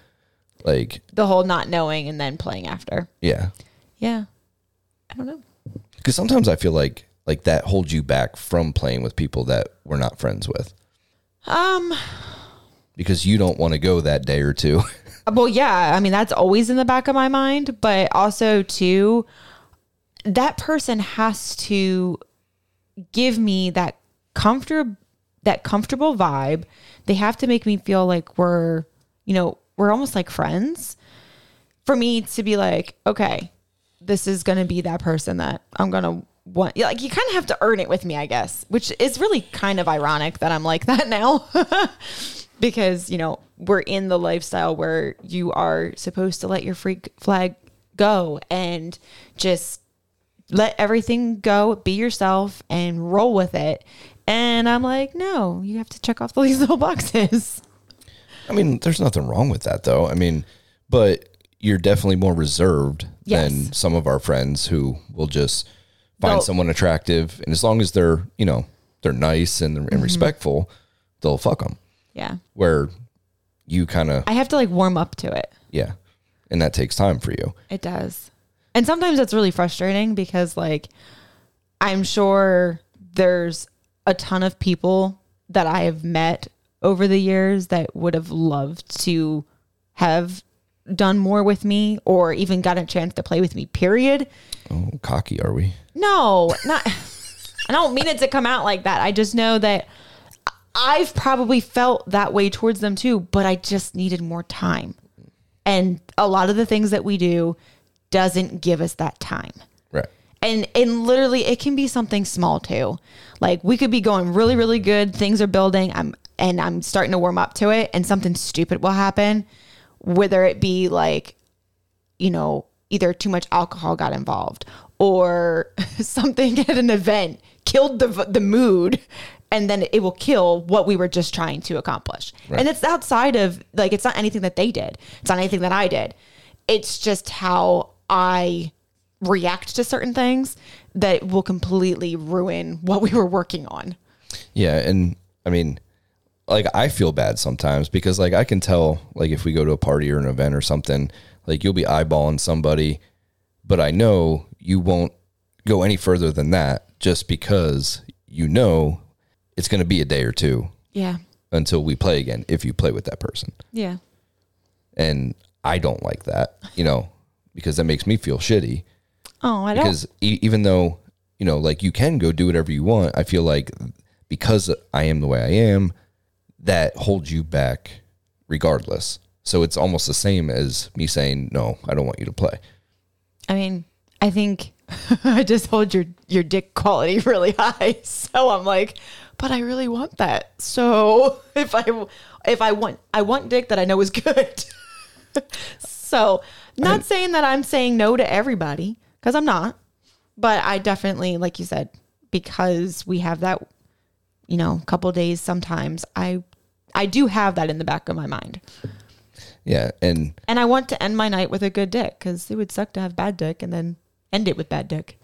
Speaker 1: like
Speaker 2: the whole not knowing and then playing after.
Speaker 1: yeah,
Speaker 2: Yeah, I don't know.
Speaker 1: because sometimes I feel like like that holds you back from playing with people that we're not friends with
Speaker 2: Um.
Speaker 1: because you don't want to go that day or two. [laughs]
Speaker 2: Well, yeah, I mean that's always in the back of my mind, but also too that person has to give me that comfort that comfortable vibe. They have to make me feel like we're, you know, we're almost like friends for me to be like, okay, this is going to be that person that I'm going to want. Yeah, Like you kind of have to earn it with me, I guess, which is really kind of ironic that I'm like that [laughs] now. because, you know, we're in the lifestyle where you are supposed to let your freak flag go and just let everything go, be yourself and roll with it. And I'm like, no, you have to check [laughs] off all these little boxes.
Speaker 1: I mean, there's nothing wrong with that, though. I mean, but you're definitely more reserved than
Speaker 2: Yes.
Speaker 1: some of our friends who will just find
Speaker 2: They'll-
Speaker 1: someone attractive, and as long as they're, you know, they're nice and,
Speaker 2: Mm-hmm.
Speaker 1: and respectful, they'll fuck them.
Speaker 2: Yeah.
Speaker 1: Where you kind of,
Speaker 2: I have to like warm up to it.
Speaker 1: yeah, and that takes time for you.
Speaker 2: It does. And sometimes that's really frustrating because, like, I'm sure there's a ton of people that I have met over the years that would have loved to have done more with me or even gotten a chance to play with me, period.
Speaker 1: Oh, cocky are we?
Speaker 2: No, not. [laughs] I don't mean it to come out like that. I just know that I've probably felt that way towards them too, but I just needed more time. And a lot of the things that we do doesn't give us that time.
Speaker 1: Right.
Speaker 2: And and literally it can be something small too. Like we could be going really really good, things are building, I'm and I'm starting to warm up to it and something stupid will happen, whether it be like you know, either too much alcohol got involved or [laughs] something at an event killed the the mood and then it will kill what we were just trying to accomplish. And it's outside of like it's not anything that they did. It's not anything that I did. It's just how I react to certain things that will completely ruin what we were working on.
Speaker 1: Yeah, and I mean, like I feel bad sometimes because like I can tell like if we go to a party or an event or something, like you'll be eyeballing somebody, but I know you won't go any further than that just because you know it's going to be a day or two
Speaker 2: Yeah.
Speaker 1: until we play again if you play with that person.
Speaker 2: Yeah.
Speaker 1: And I don't like that, you know, because that makes me feel shitty
Speaker 2: Oh, I don't.
Speaker 1: because e- even though you know like you can go do whatever you want i feel like because i am the way i am that holds you back regardless so it's almost the same as me saying no i don't want you to play
Speaker 2: I mean, I think [laughs] I just hold your your dick quality [laughs] really high, so I'm like, but I really want that. So [laughs] if I if I want I want dick that I know is good. [laughs] so not saying that I'm saying no to everybody because I'm not, but I definitely like you said because we have that, you know, couple days sometimes I I do have that in the back of my mind.
Speaker 1: yeah and
Speaker 2: And I want to end my night with a good dick because it would suck to have bad dick and then End it with bad dick.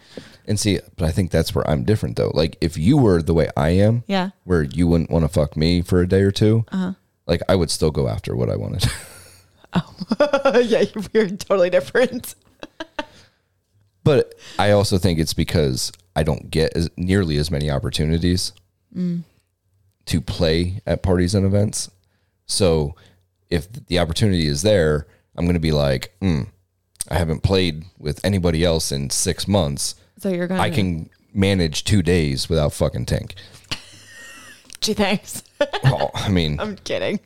Speaker 1: And see, but I think that's where I'm different though. Like if you were the way I am,
Speaker 2: Yeah.
Speaker 1: where you wouldn't want to fuck me for a day or 2 like I would still go after what I wanted.
Speaker 2: [laughs] yeah, [laughs] we're totally different.
Speaker 1: but I also think it's because I don't get as, nearly as many opportunities to play at parties and events. So if the opportunity is there, I'm going to be like, mm, I haven't played with anybody else in six months.
Speaker 2: So you're going.
Speaker 1: I can manage two days without fucking Tink.
Speaker 2: [laughs] Gee, thanks.
Speaker 1: Oh, I mean,
Speaker 2: [laughs] I'm kidding.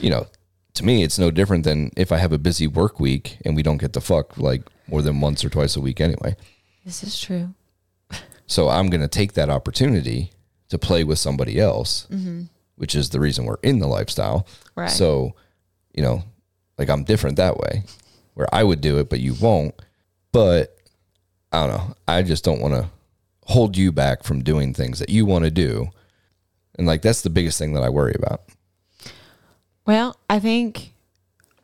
Speaker 1: you know, to me, it's no different than if I have a busy work week and we don't get to fuck like more than once or twice a week anyway.
Speaker 2: This is true.
Speaker 1: So I'm going to take that opportunity to play with somebody else, which is the reason we're in the lifestyle.
Speaker 2: Right.
Speaker 1: So, you know, like I'm different that way where I would do it, but you won't. But I don't know. I just don't want to hold you back from doing things that you want to do. And like that's the biggest thing that I worry about.
Speaker 2: Well, I think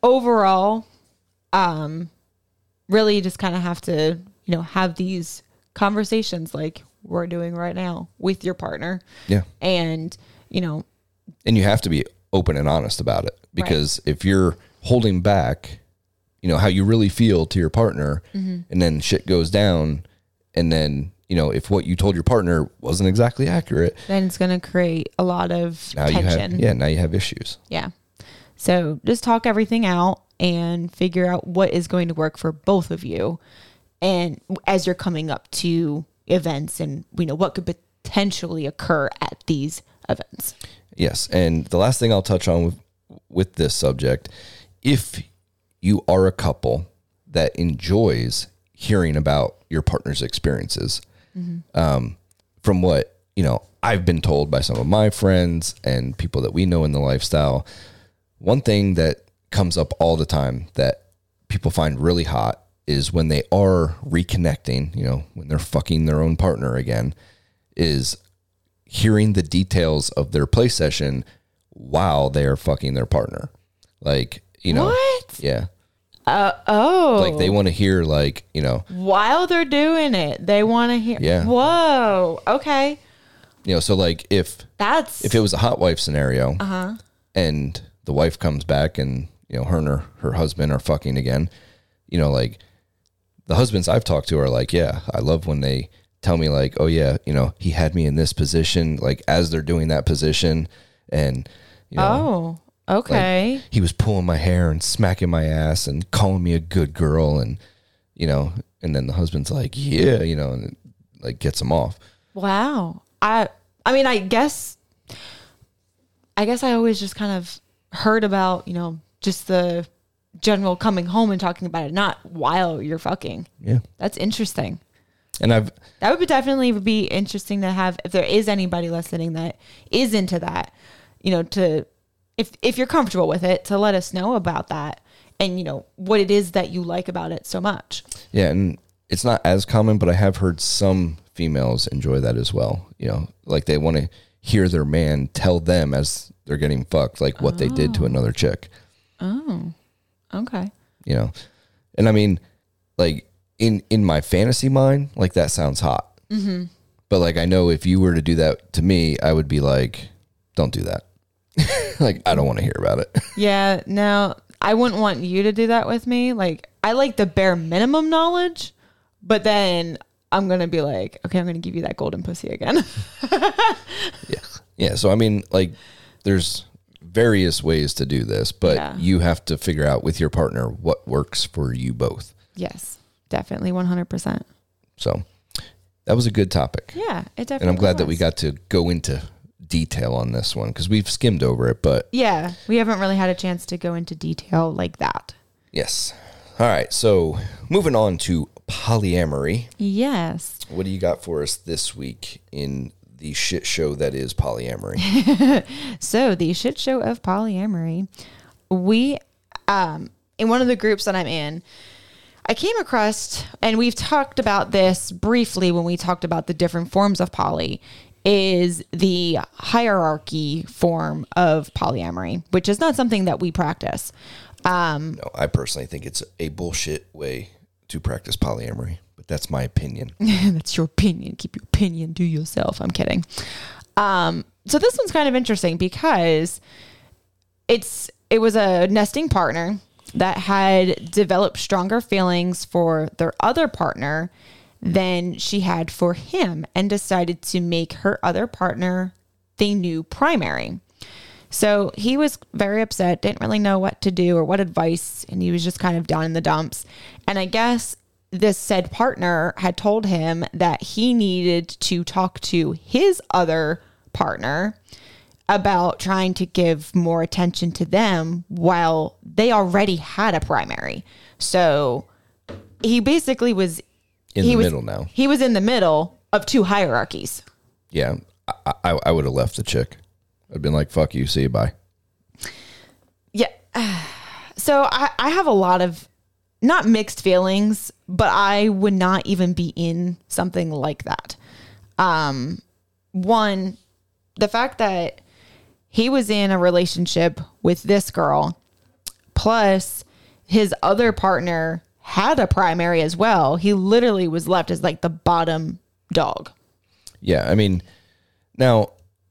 Speaker 2: overall, um, really just kind of have to, you know, have these conversations like we're doing right now with your partner.
Speaker 1: Yeah.
Speaker 2: And, you know,
Speaker 1: and you have to be open and honest about it because if you're holding back you know how you really feel to your partner and then shit goes down and then you know if what you told your partner wasn't exactly accurate
Speaker 2: then it's going to create a lot of
Speaker 1: now
Speaker 2: tension.
Speaker 1: you have yeah now you have issues
Speaker 2: Yeah. So just talk everything out and figure out what is going to work for both of you. And as you're coming up to events and we know what could potentially occur at these events.
Speaker 1: Yes, and the last thing I'll touch on with, with this subject, if you are a couple that enjoys hearing about your partner's experiences, um, from what you know, I've been told by some of my friends and people that we know in the lifestyle, one thing that comes up all the time that people find really hot is when they are reconnecting. You know, when they're fucking their own partner again, is hearing the details of their play session while they are fucking their partner. Like, you know,
Speaker 2: What?
Speaker 1: yeah.
Speaker 2: Oh,
Speaker 1: Like they want to hear like, you know,
Speaker 2: while they're doing it, they want to hear.
Speaker 1: Yeah.
Speaker 2: Whoa. Okay.
Speaker 1: you know, so like if
Speaker 2: That's
Speaker 1: if it was a hot wife scenario and the wife comes back and, you know, her and her, her husband are fucking again, you know, like the husbands I've talked to are like, yeah, I love when they tell me like, oh yeah, you know, he had me in this position, like as they're doing that position and you know,
Speaker 2: oh, okay.
Speaker 1: he was pulling my hair and smacking my ass and calling me a good girl and you know and then the husband's like yeah you know and like gets him off
Speaker 2: Wow. I I mean, I guess I guess I always just kind of heard about, you know, just the general coming home and talking about it, not while you're fucking.
Speaker 1: yeah
Speaker 2: That's interesting.
Speaker 1: and i've
Speaker 2: That would be definitely be interesting to have if there is anybody listening that is into that, you know, to if if you're comfortable with it, to let us know about that and you know what it is that you like about it so much.
Speaker 1: yeah and it's not as common but i have heard some females enjoy that as well you know like they want to hear their man tell them as they're getting fucked like what they did to another chick
Speaker 2: Okay.
Speaker 1: you know and i mean like in in my fantasy mind like that sounds hot mm-hmm. but like i know if you were to do that to me i would be like don't do that [laughs] like i don't want to hear about it
Speaker 2: Yeah, no, I wouldn't want you to do that with me. Like, I like the bare minimum knowledge, but then I'm going to be like, okay, I'm going to give you that golden pussy again. [laughs]
Speaker 1: yeah yeah so i mean like there's various ways to do this but
Speaker 2: Yeah.
Speaker 1: you have to figure out with your partner what works for you both
Speaker 2: yes, definitely 100%.
Speaker 1: so that was a good topic
Speaker 2: Yeah, it definitely
Speaker 1: and i'm glad that we
Speaker 2: was.
Speaker 1: got to go into detail on this one because we've skimmed over it but
Speaker 2: Yeah, we haven't really had a chance to go into detail like that.
Speaker 1: Yes. All right. So moving on to polyamory.
Speaker 2: Yes.
Speaker 1: What do you got for us this week in the shit show that is polyamory?
Speaker 2: [laughs] So the shit show of polyamory, we um in one of the groups that I'm in, I came across and we've talked about this briefly when we talked about the different forms of poly is the hierarchy form of polyamory, which is not something that we practice. [laughs]
Speaker 1: no, I personally think it's a bullshit way to practice polyamory. That's my opinion.
Speaker 2: That's your opinion. Keep your opinion to yourself. I'm kidding. Um, so this one's kind of interesting because it's it was a nesting partner that had developed stronger feelings for their other partner than she had for him and decided to make her other partner the new primary. So he was very upset, didn't really know what to do or what advice, and he was just kind of down in the dumps. And I guess this said partner had told him that he needed to talk to his other partner about trying to give more attention to them while they already had a primary. So he basically was
Speaker 1: In
Speaker 2: he
Speaker 1: the
Speaker 2: was,
Speaker 1: middle now.
Speaker 2: He was in the middle of two hierarchies.
Speaker 1: Yeah, I I, I would have left the chick. I'd been like, "Fuck you, see you, bye."
Speaker 2: Yeah. So I, I have a lot of not mixed feelings, but I would not even be in something like that. Um, one, the fact that he was in a relationship with this girl, plus his other partner had a primary as well. He literally was left as like the bottom dog.
Speaker 1: Yeah, I mean, now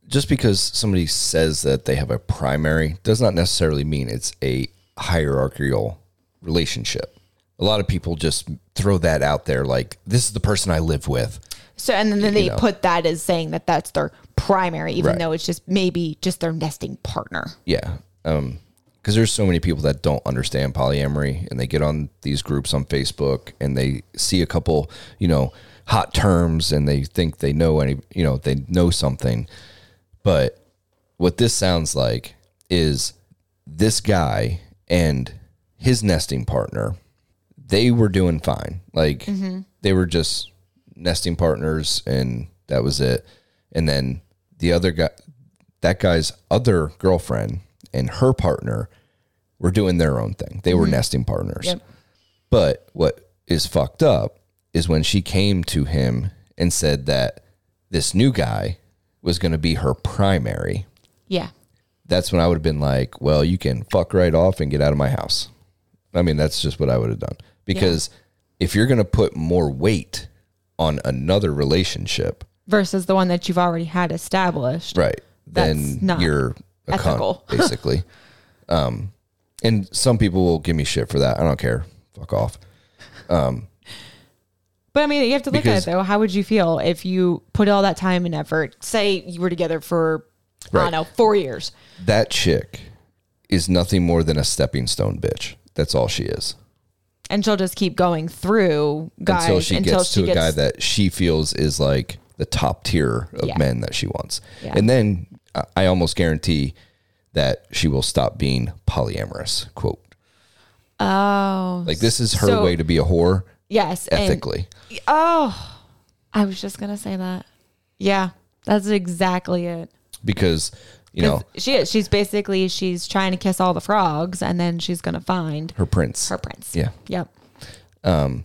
Speaker 1: just because somebody says that they have a primary does not necessarily mean it's a hierarchical relationship. A lot of people just throw that out there like this is the person I live with.
Speaker 2: So, and then they
Speaker 1: know.
Speaker 2: put that as saying that that's their primary, even
Speaker 1: Right.
Speaker 2: though it's just maybe just their nesting partner.
Speaker 1: Yeah. Um because there's so many people that don't understand polyamory and they get on these groups on Facebook and they see a couple, you know, hot terms and they think they know any, you know, they know something. But what this sounds like is this guy and his nesting partner, they were doing fine. Like they were just nesting partners and that was it. And then the other guy, that guy's other girlfriend and her partner were doing their own thing. They were nesting partners.
Speaker 2: Yep.
Speaker 1: But what is fucked up is when she came to him and said that this new guy was going to be her primary.
Speaker 2: Yeah.
Speaker 1: That's when I would have been like, well, you can fuck right off and get out of my house. I mean, that's just what I would have done. Because if you're going to put more weight on another relationship,
Speaker 2: Versus the one that you've already had established.
Speaker 1: right then
Speaker 2: That's not
Speaker 1: you're a
Speaker 2: ethical. [laughs]
Speaker 1: cunt basically um and some people will give me shit for that i don't care fuck off
Speaker 2: But I mean, you have to look
Speaker 1: Because-
Speaker 2: at it though. How would you feel if you put all that time and effort? Say you were together for, I
Speaker 1: Right.
Speaker 2: don't know, four years.
Speaker 1: that chick is nothing more than a stepping stone bitch that's all she is
Speaker 2: And she'll just keep going through guys
Speaker 1: until she gets to a guy that she feels is like the top tier of
Speaker 2: Yeah.
Speaker 1: men that she wants
Speaker 2: Yeah.
Speaker 1: and then I- i almost guarantee that she will stop being polyamorous quote
Speaker 2: oh,
Speaker 1: like this is her
Speaker 2: So-
Speaker 1: way to be a whore
Speaker 2: yes. and-
Speaker 1: ethically
Speaker 2: oh, I was just going to say that. Yeah, that's exactly it.
Speaker 1: because you know
Speaker 2: 'Cause She is. She's basically, she's trying to kiss all the frogs and then she's going to find
Speaker 1: her prince
Speaker 2: her prince.
Speaker 1: yeah
Speaker 2: Yep.
Speaker 1: and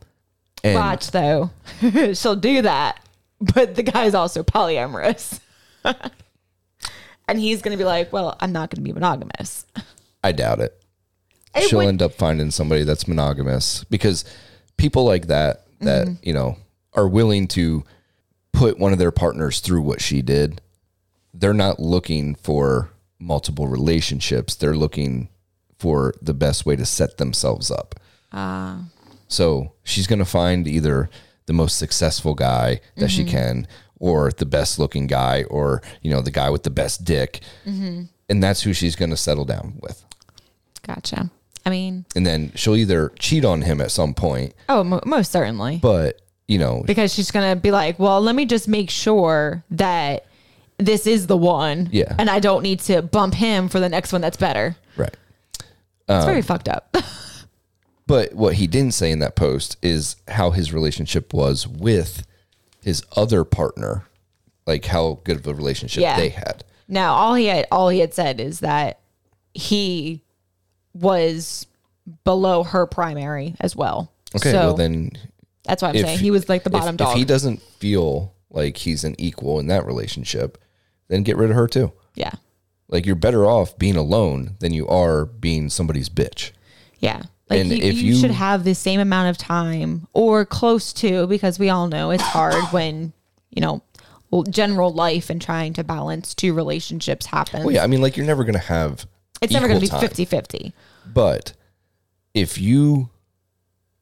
Speaker 2: Watch though. [laughs] She'll do that. But the guy's also polyamorous. [laughs] and he's going to be like, well, I'm not going to be monogamous.
Speaker 1: I doubt it.
Speaker 2: It
Speaker 1: She'll
Speaker 2: would-
Speaker 1: end up finding somebody that's monogamous because people like that that
Speaker 2: Mm-hmm.
Speaker 1: you know are willing to put one of their partners through what she did. They're not looking for multiple relationships. They're looking for the best way to set themselves up.
Speaker 2: Ah.
Speaker 1: So she's going to find either the most successful guy that
Speaker 2: Mm-hmm.
Speaker 1: she can, or the best looking guy, or you know the guy with the best dick,
Speaker 2: Mm-hmm.
Speaker 1: and that's who she's going to settle down with
Speaker 2: Gotcha. I mean,
Speaker 1: and then she'll either cheat on him at some point,
Speaker 2: oh, mo- most certainly.
Speaker 1: but you know,
Speaker 2: because she's going to be like, well, let me just make sure that this is the one.
Speaker 1: Yeah.
Speaker 2: And I don't need to bump him for the next one that's better.
Speaker 1: right.
Speaker 2: It's
Speaker 1: Um,
Speaker 2: very fucked up. [laughs]
Speaker 1: But what he didn't say in that post is how his relationship was with his other partner, like how good of a relationship
Speaker 2: Yeah.
Speaker 1: they had.
Speaker 2: Now, all he had all he had said is that he was below her primary as well.
Speaker 1: Okay,
Speaker 2: so
Speaker 1: well then,
Speaker 2: that's why I'm
Speaker 1: if
Speaker 2: saying he was like the
Speaker 1: if-
Speaker 2: bottom dog.
Speaker 1: If he doesn't feel like he's an equal in that relationship, then get rid of her too.
Speaker 2: yeah,
Speaker 1: Like you're better off being alone than you are being somebody's bitch.
Speaker 2: yeah. Like
Speaker 1: And
Speaker 2: you,
Speaker 1: if
Speaker 2: you
Speaker 1: you-
Speaker 2: should have the same amount of time or close to, because we all know it's
Speaker 1: [sighs]
Speaker 2: hard when you know well, general life and trying to balance two relationships happens.
Speaker 1: Well, yeah, I mean, like you're never gonna have.
Speaker 2: it's never going to be
Speaker 1: equal time.
Speaker 2: 50 50.
Speaker 1: But if you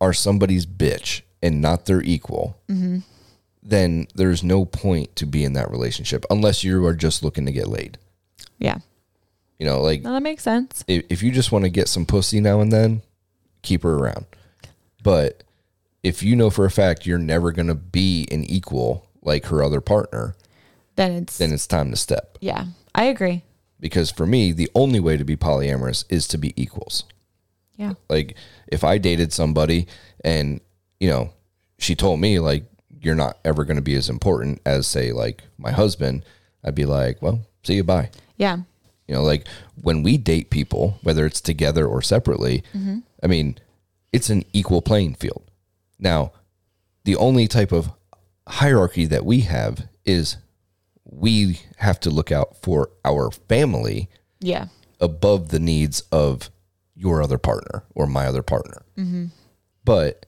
Speaker 1: are somebody's bitch and not their equal, then there's no point to be in that relationship unless you are just looking to get laid.
Speaker 2: Yeah,
Speaker 1: You know, like
Speaker 2: no, that makes sense.
Speaker 1: if, if you just want to get some pussy now and then, keep her around. But if you know for a fact you're never going to be an equal like her other partner,
Speaker 2: Then it's
Speaker 1: then it's time to step.
Speaker 2: yeah, I agree.
Speaker 1: Because for me, the only way to be polyamorous is to be equals.
Speaker 2: Yeah,
Speaker 1: Like if I dated somebody and, you know, she told me like you're not ever going to be as important as say like my husband, I'd be like, well, see you bye.
Speaker 2: yeah,
Speaker 1: You know, like when we date people, whether it's together or separately, I mean, it's an equal playing field. Now, the only type of hierarchy that we have is we have to look out for our family
Speaker 2: yeah,
Speaker 1: above the needs of your other partner or my other partner. But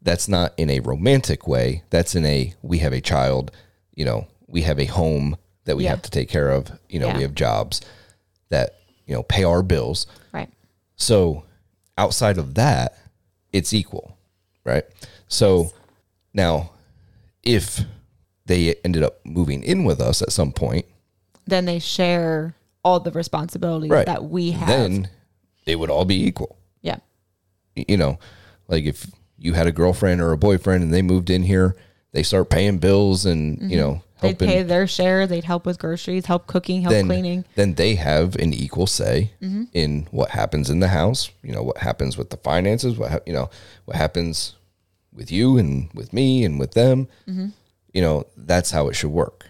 Speaker 1: that's not in a romantic way. That's in a we have a child, you know, we have a home that we
Speaker 2: Yeah.
Speaker 1: have to take care of, you know,
Speaker 2: Yeah.
Speaker 1: we have jobs that, you know, pay our bills.
Speaker 2: right.
Speaker 1: So outside of that, it's equal, right? So now if they ended up moving in with us at some point,
Speaker 2: Then they share all the responsibilities
Speaker 1: Right.
Speaker 2: that we have.
Speaker 1: then they would all be equal.
Speaker 2: yeah,
Speaker 1: you know, like if you had a girlfriend or a boyfriend and they moved in here, they start paying bills and you know
Speaker 2: they'd
Speaker 1: helping.
Speaker 2: pay their share. They'd help with groceries, help cooking, help
Speaker 1: then
Speaker 2: cleaning.
Speaker 1: then they have an equal say in what happens in the house. You know what happens with the finances. What hap you know what happens with you and with me and with them. You know that's how it should work.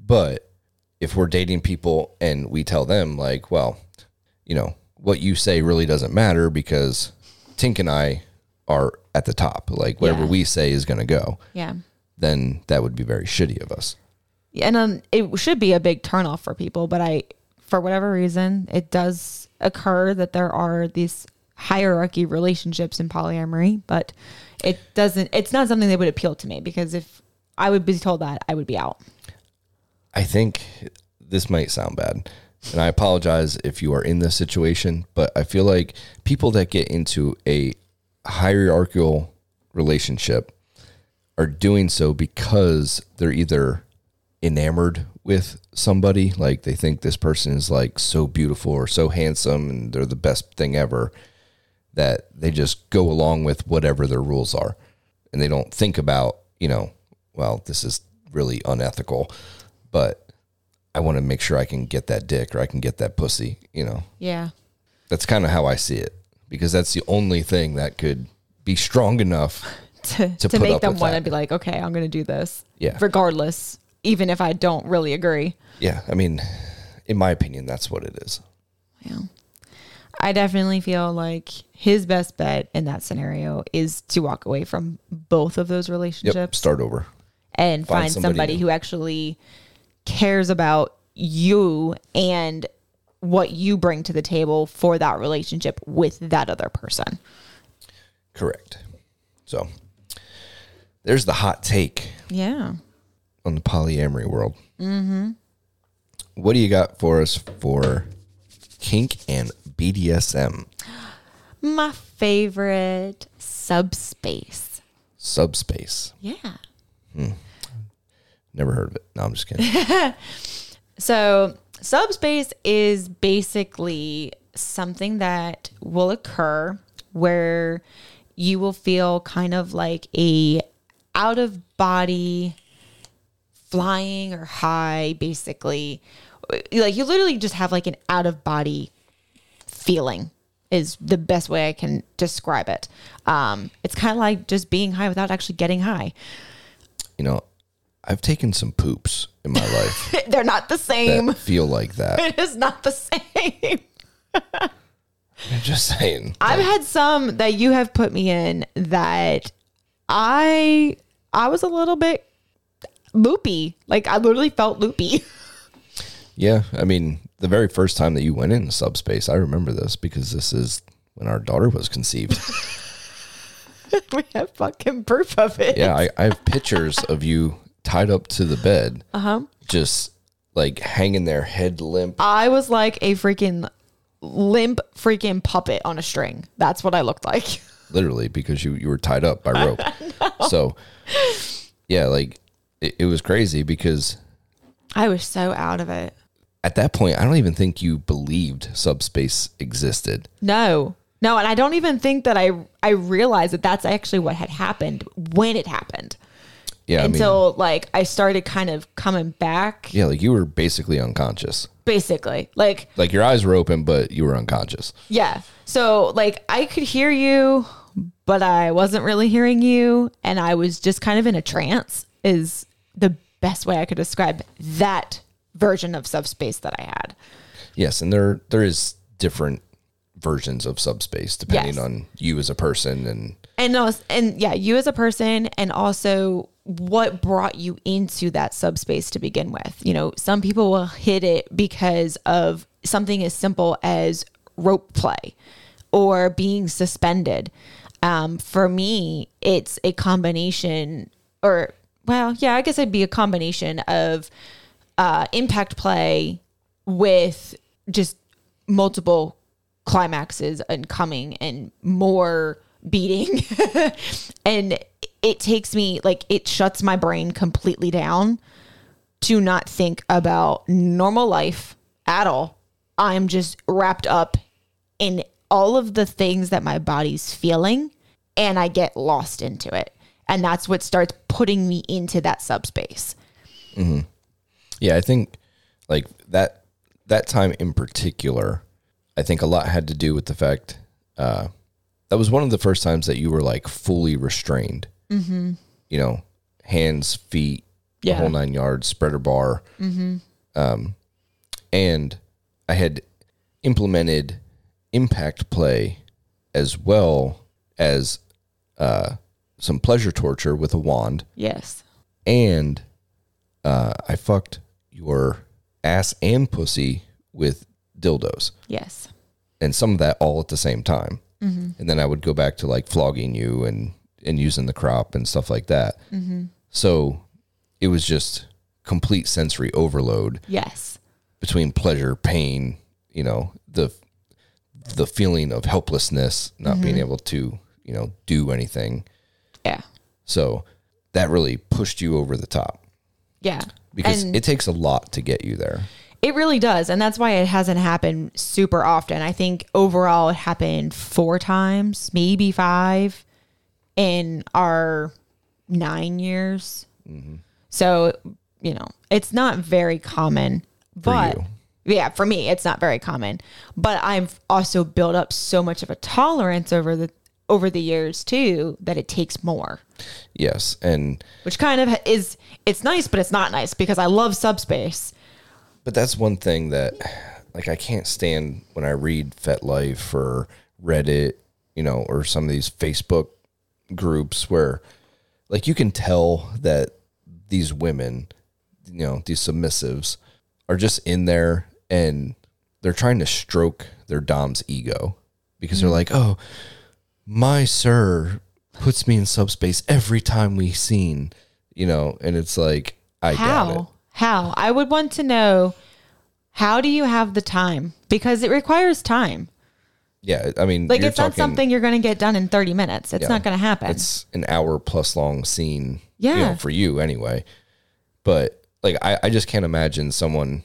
Speaker 1: But if we're dating people and we tell them like, well, you know what you say really doesn't matter because Tink and I are at the top. Like whatever
Speaker 2: Yeah.
Speaker 1: we say is going to go.
Speaker 2: Yeah.
Speaker 1: Then that would be very shitty of us.
Speaker 2: and um, it should be a big turnoff for people, but I, for whatever reason, it does occur that there are these hierarchy relationships in polyamory, but it doesn't, it's not something that would appeal to me because if I would be told that, I would be out.
Speaker 1: I think this might sound bad, and I apologize if you are in this situation, but I feel like people that get into a hierarchical relationship are doing so because they're either enamored with somebody, like they think this person is like so beautiful or so handsome and they're the best thing ever, that they just go along with whatever their rules are. And they don't think about, you know, well, this is really unethical, but I want to make sure I can get that dick or I can get that pussy. You know,
Speaker 2: Yeah.
Speaker 1: that's kind of how I see it because that's the only thing that could be strong enough.
Speaker 2: [laughs] To, to,
Speaker 1: put
Speaker 2: make
Speaker 1: up
Speaker 2: them
Speaker 1: with
Speaker 2: want to
Speaker 1: that.
Speaker 2: be like, okay, I'm going to do this.
Speaker 1: Yeah.
Speaker 2: Regardless, even if I don't really agree.
Speaker 1: Yeah. I mean, in my opinion, that's what it is.
Speaker 2: Yeah. I definitely feel like his best bet in that scenario is to walk away from both of those relationships.
Speaker 1: Yep. Start over.
Speaker 2: and
Speaker 1: Find
Speaker 2: find,
Speaker 1: somebody
Speaker 2: somebody,
Speaker 1: new.
Speaker 2: who actually cares about you and what you bring to the table for that relationship with that other person.
Speaker 1: Correct. So there's the hot take
Speaker 2: Yeah.
Speaker 1: on the polyamory world. Mm-hmm. What do you got for us for kink and BDSM
Speaker 2: My favorite subspace.
Speaker 1: subspace?
Speaker 2: Yeah.
Speaker 1: Never heard of it. No, I'm just kidding.
Speaker 2: So, subspace is basically something that will occur where you will feel kind of like a out of body flying or high basically like you literally just have like an out of body feeling is the best way I can describe it. Um, it's kind of like just being high without actually getting high. [laughs]
Speaker 1: you know, I've taken some poops in my life
Speaker 2: They're not the [laughs] same.
Speaker 1: that feel like
Speaker 2: [laughs]
Speaker 1: that.
Speaker 2: It is not the same.
Speaker 1: I'm just saying.
Speaker 2: I've had some that you have put me in that I I was a little bit loopy. Like I literally felt loopy. [laughs]
Speaker 1: Yeah, I mean, the very first time that you went in subspace, I remember this because this is when our daughter was conceived.
Speaker 2: [laughs] we have fucking proof of it.
Speaker 1: yeah, I, I have pictures of you tied up to the bed,
Speaker 2: Uh huh.
Speaker 1: just like hanging there, head limp.
Speaker 2: I was like a freaking limp freaking puppet on a string. That's what I looked like. [laughs]
Speaker 1: literally because you you were tied up by rope. So yeah, like it, it was crazy because
Speaker 2: I was so out of it.
Speaker 1: at that point I don't even think you believed subspace existed.
Speaker 2: No. No, and I don't even think that I I realized that that's actually what had happened when it happened.
Speaker 1: Yeah, I mean,
Speaker 2: Until like I started kind of coming back
Speaker 1: yeah, like you were basically unconscious.
Speaker 2: basically. Like
Speaker 1: Like your eyes were open, but you were unconscious.
Speaker 2: yeah. So like I could hear you, but I wasn't really hearing you and I was just kind of in a trance is the best way I could describe that version of subspace that I had.
Speaker 1: Yes, and there there is different versions of subspace depending
Speaker 2: Yes.
Speaker 1: on you as a person and
Speaker 2: and also, and yeah, you as a person, and also what brought you into that subspace to begin with. You know, some people will hit it because of something as simple as rope play or being suspended. Um, for me, it's a combination, or well, yeah, I guess it'd be a combination of uh, impact play with just multiple climaxes and coming and more beating [laughs] and it takes me like it shuts my brain completely down to not think about normal life at all i'm just wrapped up in all of the things that my body's feeling and i get lost into it and that's what starts putting me into that subspace
Speaker 1: Yeah, I think like that that time in particular, I think a lot had to do with the fact uh, that was one of the first times that you were like fully restrained. Mm-hmm. You know, hands, feet, the
Speaker 2: Yeah.
Speaker 1: whole nine yards, spreader bar. Mm-hmm. Um, and I had implemented impact play as well as uh, some pleasure torture with a wand
Speaker 2: yes
Speaker 1: and uh, I fucked your ass and pussy with dildos,
Speaker 2: yes
Speaker 1: and some of that all at the same time. And then I would go back to like flogging you and and using the crop and stuff like that. So it was just complete sensory overload
Speaker 2: yes
Speaker 1: between pleasure, pain, you know the the feeling of helplessness, not being able to you know do anything.
Speaker 2: yeah
Speaker 1: So that really pushed you over the top
Speaker 2: yeah
Speaker 1: because
Speaker 2: And-
Speaker 1: it takes a lot to get you there.
Speaker 2: It really does. And that's why it hasn't happened super often. I think overall it happened four times, maybe five in our nine years. So, you know, it's not very common, but
Speaker 1: you.
Speaker 2: yeah, for me, it's not very common, but I've also built up so much of a tolerance over the, over the years too, that it takes more,
Speaker 1: Yes, and
Speaker 2: which kind of is, it's nice, but it's not nice because I love subspace.
Speaker 1: but that's one thing that like I can't stand when I read FetLife or Reddit, you know, or some of these Facebook groups where like you can tell that these women, you know, these submissives are just in there and they're trying to stroke their dom's ego because
Speaker 2: Mm.
Speaker 1: they're like, "Oh, my sir puts me in subspace every time we scene," you know, and it's like I doubt it.
Speaker 2: How? How? I would want to know how do you have the time? Because it requires time.
Speaker 1: Yeah, I mean,
Speaker 2: Like
Speaker 1: you're
Speaker 2: it's not
Speaker 1: talking-
Speaker 2: something you're going to get done in 30 minutes. It's not going to happen.
Speaker 1: It's an hour plus long scene. you know,
Speaker 2: Yeah.
Speaker 1: for you anyway. But like, I, I just can't imagine someone.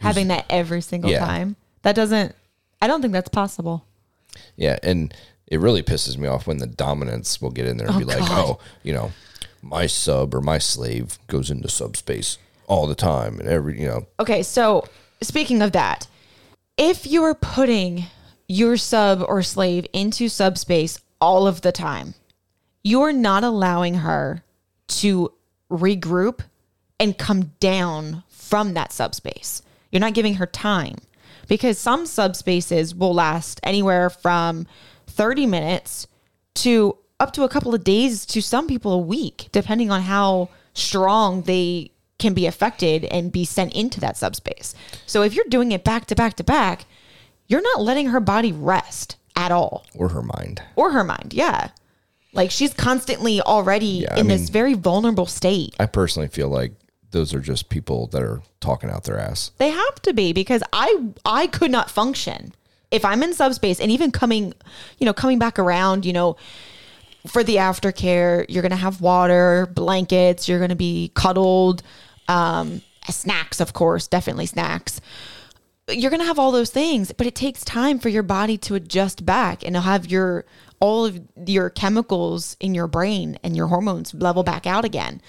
Speaker 2: Having that every single
Speaker 1: Yeah.
Speaker 2: time. That doesn't I don't think that's possible.
Speaker 1: Yeah, and it really pisses me off when the dominants will get in there and be like,
Speaker 2: God.
Speaker 1: "Oh, you know, my sub or my slave goes into subspace all the time, and every you know,
Speaker 2: Okay, so speaking of that, if you are putting your sub or slave into subspace all of the time, you're not allowing her to regroup and come down from that subspace. You're not giving her time because some subspaces will last anywhere from 30 minutes to up to a couple of days to some people a week, depending on how strong they can be affected and be sent into that subspace. So if you're doing it back to back to back, you're not letting her body rest at all
Speaker 1: or her mind.
Speaker 2: or her mind. Yeah. Like she's constantly already
Speaker 1: I
Speaker 2: in this very vulnerable state.
Speaker 1: I personally feel like those are just people that are talking out their ass.
Speaker 2: They have to be because I I could not function if I'm in subspace and even coming, you know, coming back around, you know, for the aftercare, you're gonna have water, blankets, you're gonna be cuddled, um, snacks, of course, definitely snacks. You're gonna have all those things, but it takes time for your body to adjust back and to have your all of your chemicals in your brain and your hormones level back out again.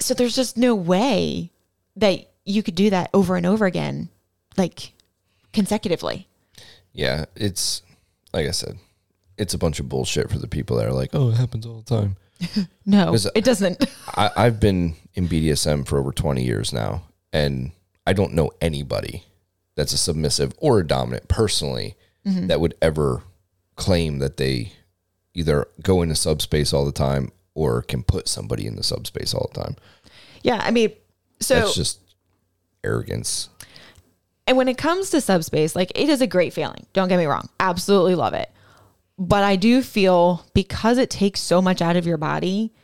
Speaker 2: So there's just no way that you could do that over and over again, like consecutively.
Speaker 1: Yeah, it's like I said, it's a bunch of bullshit for the people that are like, oh, it happens all the time.
Speaker 2: No,
Speaker 1: Is-
Speaker 2: it doesn't. [laughs]
Speaker 1: I, I've been in BDSM for over 20 years now, and I don't know anybody that's a submissive or a dominant personally that would ever claim that they either go into subspace all the time or can put somebody in the subspace all the time.
Speaker 2: yeah, I mean, so
Speaker 1: That's just arrogance.
Speaker 2: And when it comes to subspace, like it is a great feeling. Don't get me wrong. Absolutely love it. But I do feel because it takes so much out of your body,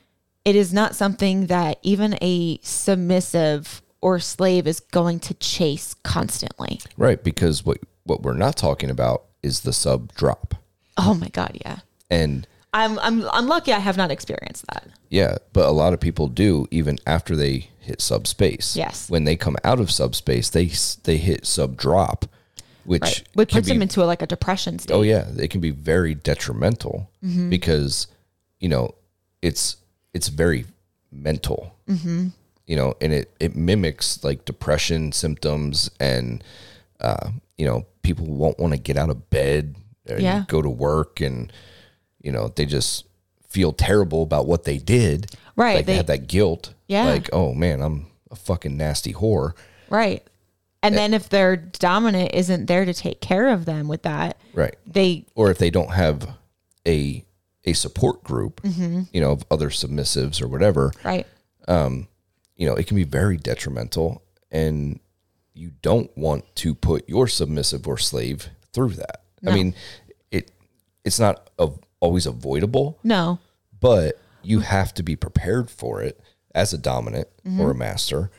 Speaker 2: it is not something that even a submissive or slave is going to chase constantly.
Speaker 1: Right, because what what we're not talking about is the sub drop.
Speaker 2: Oh my god, yeah.
Speaker 1: And
Speaker 2: I'm I'm I'm lucky I have not experienced that.
Speaker 1: yeah, but a lot of people do even after they hit subspace.
Speaker 2: Yes.
Speaker 1: When they come out of subspace, they s- they hit sub drop, which
Speaker 2: Right. Which
Speaker 1: can
Speaker 2: puts them
Speaker 1: be-
Speaker 2: into like a depression state.
Speaker 1: Oh yeah, it can be very detrimental
Speaker 2: Mm-hmm.
Speaker 1: because you know, it's it's very mental. Mm-hmm. You know, and it it mimics like depression symptoms and uh, you know, people won't want to get out of bed and
Speaker 2: Yeah.
Speaker 1: go to work and you know, they just feel terrible about what they did.
Speaker 2: Right,
Speaker 1: Like they,
Speaker 2: they-
Speaker 1: have that guilt.
Speaker 2: Yeah.
Speaker 1: Like, oh man, I'm a fucking nasty whore.
Speaker 2: Right. And then if their dominant isn't there to take care of them with that,
Speaker 1: Right.
Speaker 2: they
Speaker 1: or if they don't have a a support group, you know, of other submissives or whatever,
Speaker 2: right.
Speaker 1: you know, it can be very detrimental and you don't want to put your submissive or slave through that. I mean, it it's not a, always avoidable,
Speaker 2: No.
Speaker 1: but you have to be prepared for it as a dominant or a master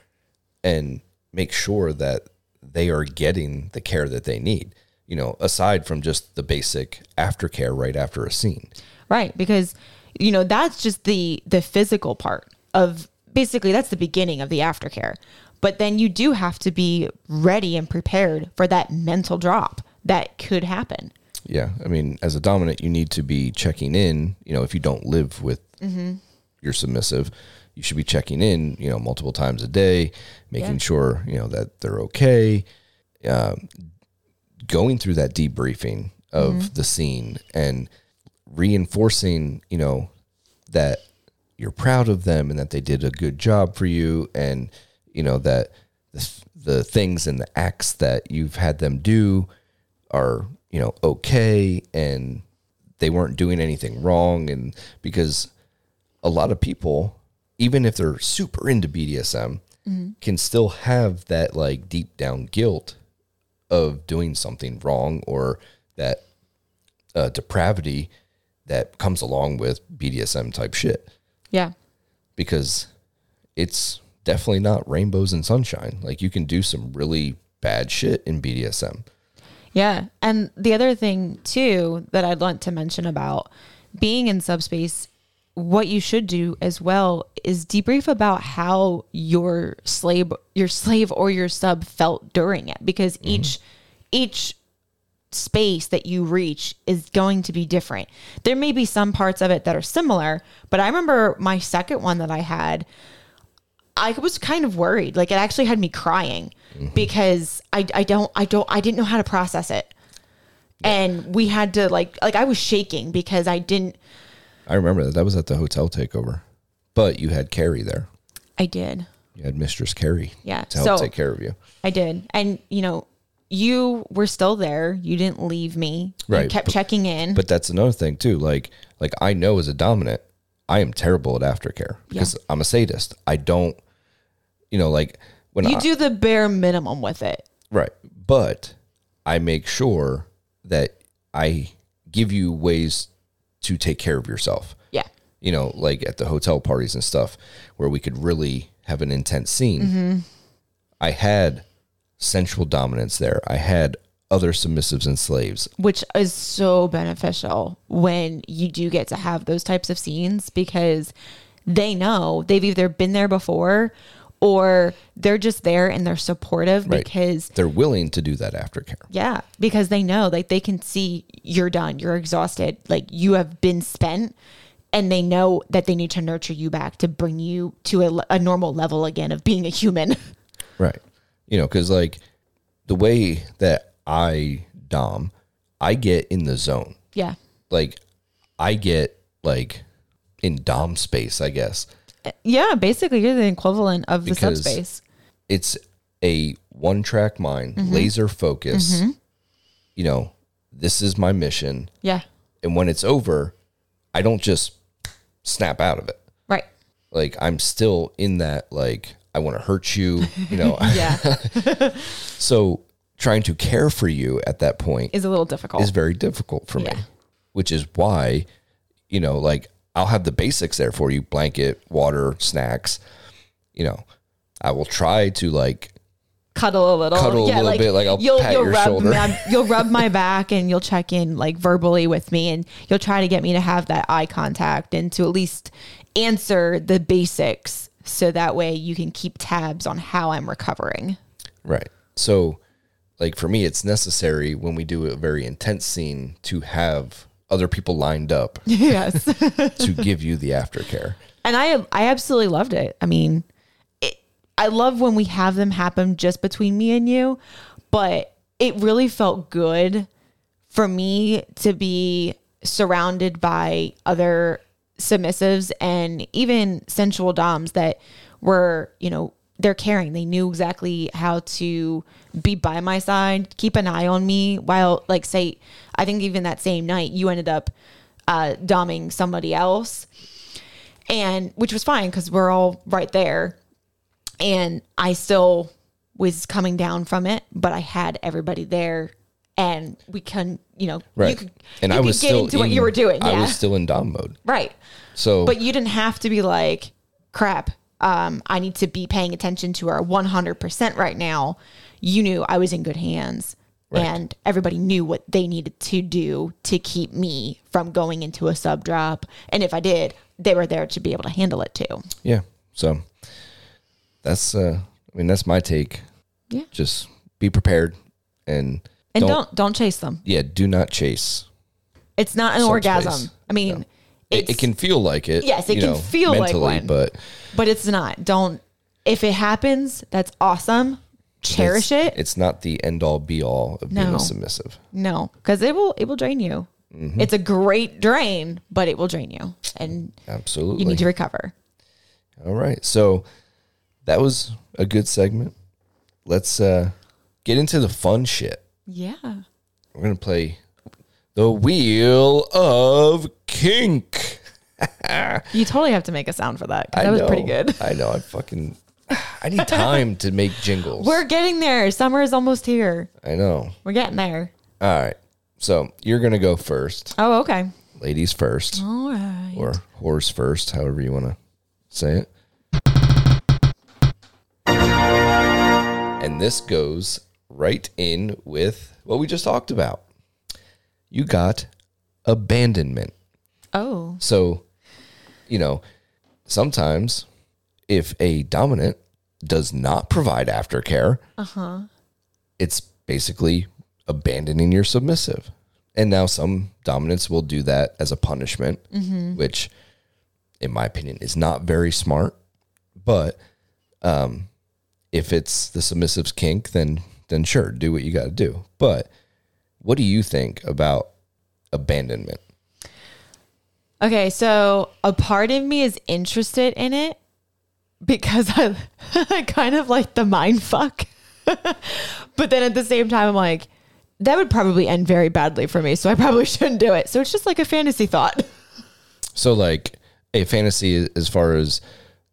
Speaker 1: and make sure that they are getting the care that they need. You know, aside from just the basic aftercare right after a scene.
Speaker 2: Right, because you know that's just the the physical part of basically that's the beginning of the aftercare. But then you do have to be ready and prepared for that mental drop that could happen.
Speaker 1: Yeah, I mean, as a dominant, you need to be checking in. You know, if you don't live with your submissive, you should be checking in. You know, multiple times a day, making
Speaker 2: Yeah.
Speaker 1: sure you know that they're okay. Um, going through that debriefing of the scene and reinforcing, you know, that you're proud of them and that they did a good job for you, and you know that the, th- the things and the acts that you've had them do are you know okay and they weren't doing anything wrong and because a lot of people even if they're super into BDSM can still have that like deep down guilt of doing something wrong or that uh, depravity that comes along with BDSM type shit
Speaker 2: Yeah.
Speaker 1: because it's definitely not rainbows and sunshine like you can do some really bad shit in BDSM
Speaker 2: Yeah. And the other thing, too, that I'd want to mention about being in subspace, what you should do as well is debrief about how your slave, your slave or your sub felt during it, because each, each space that you reach is going to be different. There may be some parts of it that are similar, but I remember my second one that I had, I was kind of worried. Like it actually had me crying
Speaker 1: Mm-hmm.
Speaker 2: because I, I don't I don't I didn't know how to process it. And we had to like like I was shaking because I didn't
Speaker 1: I remember that. That was at the hotel takeover. But you had Carrie there.
Speaker 2: I did.
Speaker 1: You had Mistress Carrie.
Speaker 2: Yeah,
Speaker 1: To help
Speaker 2: so-
Speaker 1: take care of you.
Speaker 2: I did. And you know, you were still there. You didn't leave me. You
Speaker 1: Right,
Speaker 2: kept
Speaker 1: but-
Speaker 2: checking in.
Speaker 1: But that's another thing too. Like like I know as a dominant, I am terrible at aftercare because I'm a sadist. I don't you know, like when
Speaker 2: you
Speaker 1: I
Speaker 2: do the bare minimum with it.
Speaker 1: right. But I make sure that I give you ways to take care of yourself.
Speaker 2: Yeah.
Speaker 1: You know, like at the hotel parties and stuff where we could really have an intense scene. I had sensual dominance there. I had other submissives and slaves.
Speaker 2: Which is so beneficial when you do get to have those types of scenes because they know they've either been there before or they're just there and they're supportive
Speaker 1: Right.
Speaker 2: because
Speaker 1: They're willing to do that aftercare.
Speaker 2: Yeah, because they know, like, they can see you're done, you're exhausted, like, you have been spent, and they know that they need to nurture you back to bring you to a, a normal level again of being a human. [laughs]
Speaker 1: Right. You know, because like the way that I dom, I get in the zone.
Speaker 2: yeah.
Speaker 1: Like I get like in dom space, I guess.
Speaker 2: Yeah, basically, you're the equivalent of the
Speaker 1: Because-
Speaker 2: subspace.
Speaker 1: It's a one track mind, laser focus. You know, this is my mission.
Speaker 2: Yeah.
Speaker 1: And when it's over, I don't just snap out of it.
Speaker 2: Right.
Speaker 1: Like I'm still in that like I want to hurt you, you know. [laughs]
Speaker 2: Yeah.
Speaker 1: so trying to care for you at that point
Speaker 2: is a little difficult.
Speaker 1: is very difficult for
Speaker 2: Oh. Yeah.
Speaker 1: me, which is why, you know, like I'll have the basics there for you blanket, water, snacks. You know, I will try to like,
Speaker 2: cuddle a little.
Speaker 1: Cuddle a little bit, like, I'll pat your
Speaker 2: rub
Speaker 1: shoulder.
Speaker 2: My, you'll rub
Speaker 1: [laughs]
Speaker 2: my back and you'll check in like verbally with me and you'll try to get me to have that eye contact and to at least answer the basics so that way you can keep tabs on how I'm recovering. [laughs]
Speaker 1: right. So, like for me, it's necessary when we do a very intense scene to have other people lined
Speaker 2: [laughs]
Speaker 1: up
Speaker 2: Yes.
Speaker 1: to give you the aftercare.
Speaker 2: and I I absolutely loved it. I mean, it, I love when we have them happen just between me and you, but it really felt good for me to be surrounded by other submissives and even sensual doms that were, you know, they're caring. They knew exactly how to be by my side, keep an eye on me while like say I think even that same night you ended up uh doming somebody else and which was fine because we're all right there and i still was coming down from it but i had everybody there and we can you know you
Speaker 1: Right.
Speaker 2: could,
Speaker 1: and
Speaker 2: you
Speaker 1: I
Speaker 2: could
Speaker 1: was
Speaker 2: get
Speaker 1: still
Speaker 2: into
Speaker 1: in,
Speaker 2: what you were doing
Speaker 1: I
Speaker 2: yeah
Speaker 1: was still in Dom mode.
Speaker 2: right
Speaker 1: So,
Speaker 2: but you didn't have to be like crap um, i need to be paying attention to her 100% right now you knew i was in good hands and everybody knew what they needed to do to keep me from going into a sub drop and if i did they were there to be able to handle it too
Speaker 1: yeah. So that's, uh, I mean, that's my take.
Speaker 2: Yeah.
Speaker 1: Just be prepared and,
Speaker 2: And don't don't, chase them.
Speaker 1: yeah, do not chase.
Speaker 2: It's not an
Speaker 1: Subspace.
Speaker 2: orgasm. I mean,
Speaker 1: It,
Speaker 2: it's,
Speaker 1: it can feel like it.
Speaker 2: Yes, it
Speaker 1: you
Speaker 2: can
Speaker 1: know,
Speaker 2: feel like one.
Speaker 1: but
Speaker 2: but it's not. Don't. If it happens, that's awesome. Cherish
Speaker 1: it's-
Speaker 2: it.
Speaker 1: It's not the end all be all of being
Speaker 2: No.
Speaker 1: a submissive.
Speaker 2: No, because it will it will drain you.
Speaker 1: Mm-hmm.
Speaker 2: It's a great drain, but it will drain you, and
Speaker 1: Absolutely.
Speaker 2: you need to recover.
Speaker 1: all right. So that was a good segment. Let's uh, get into the fun shit.
Speaker 2: Yeah.
Speaker 1: We're going to play the Wheel of Kink.
Speaker 2: You totally have to make a sound for that. 'cause
Speaker 1: I
Speaker 2: That was pretty
Speaker 1: know,
Speaker 2: good. [laughs]
Speaker 1: I know. I fucking. I need time to make jingles.
Speaker 2: We're getting there. Summer is almost here.
Speaker 1: I know.
Speaker 2: We're getting there.
Speaker 1: All right. So you're going to go first.
Speaker 2: Oh, okay.
Speaker 1: Ladies first.
Speaker 2: All right.
Speaker 1: or horse first, however you want to say it. And this goes right in with what we just talked about. You got abandonment.
Speaker 2: Oh,
Speaker 1: So, you know, sometimes if a dominant does not provide aftercare, uh-huh. it's basically abandoning your submissive. And now some dominants will do that as a punishment, which, in my opinion, is not very smart. But um, if it's the submissive's kink, then then sure, do what you got to do. But what do you think about abandonment?
Speaker 2: Okay, so a part of me is interested in it because I, [laughs] I kind of like the mind fuck. [laughs] but then at the same time, I'm like, that would probably end very badly for me. So I probably [laughs] shouldn't do it. So it's just like a fantasy thought. [laughs]
Speaker 1: So like a fantasy as far as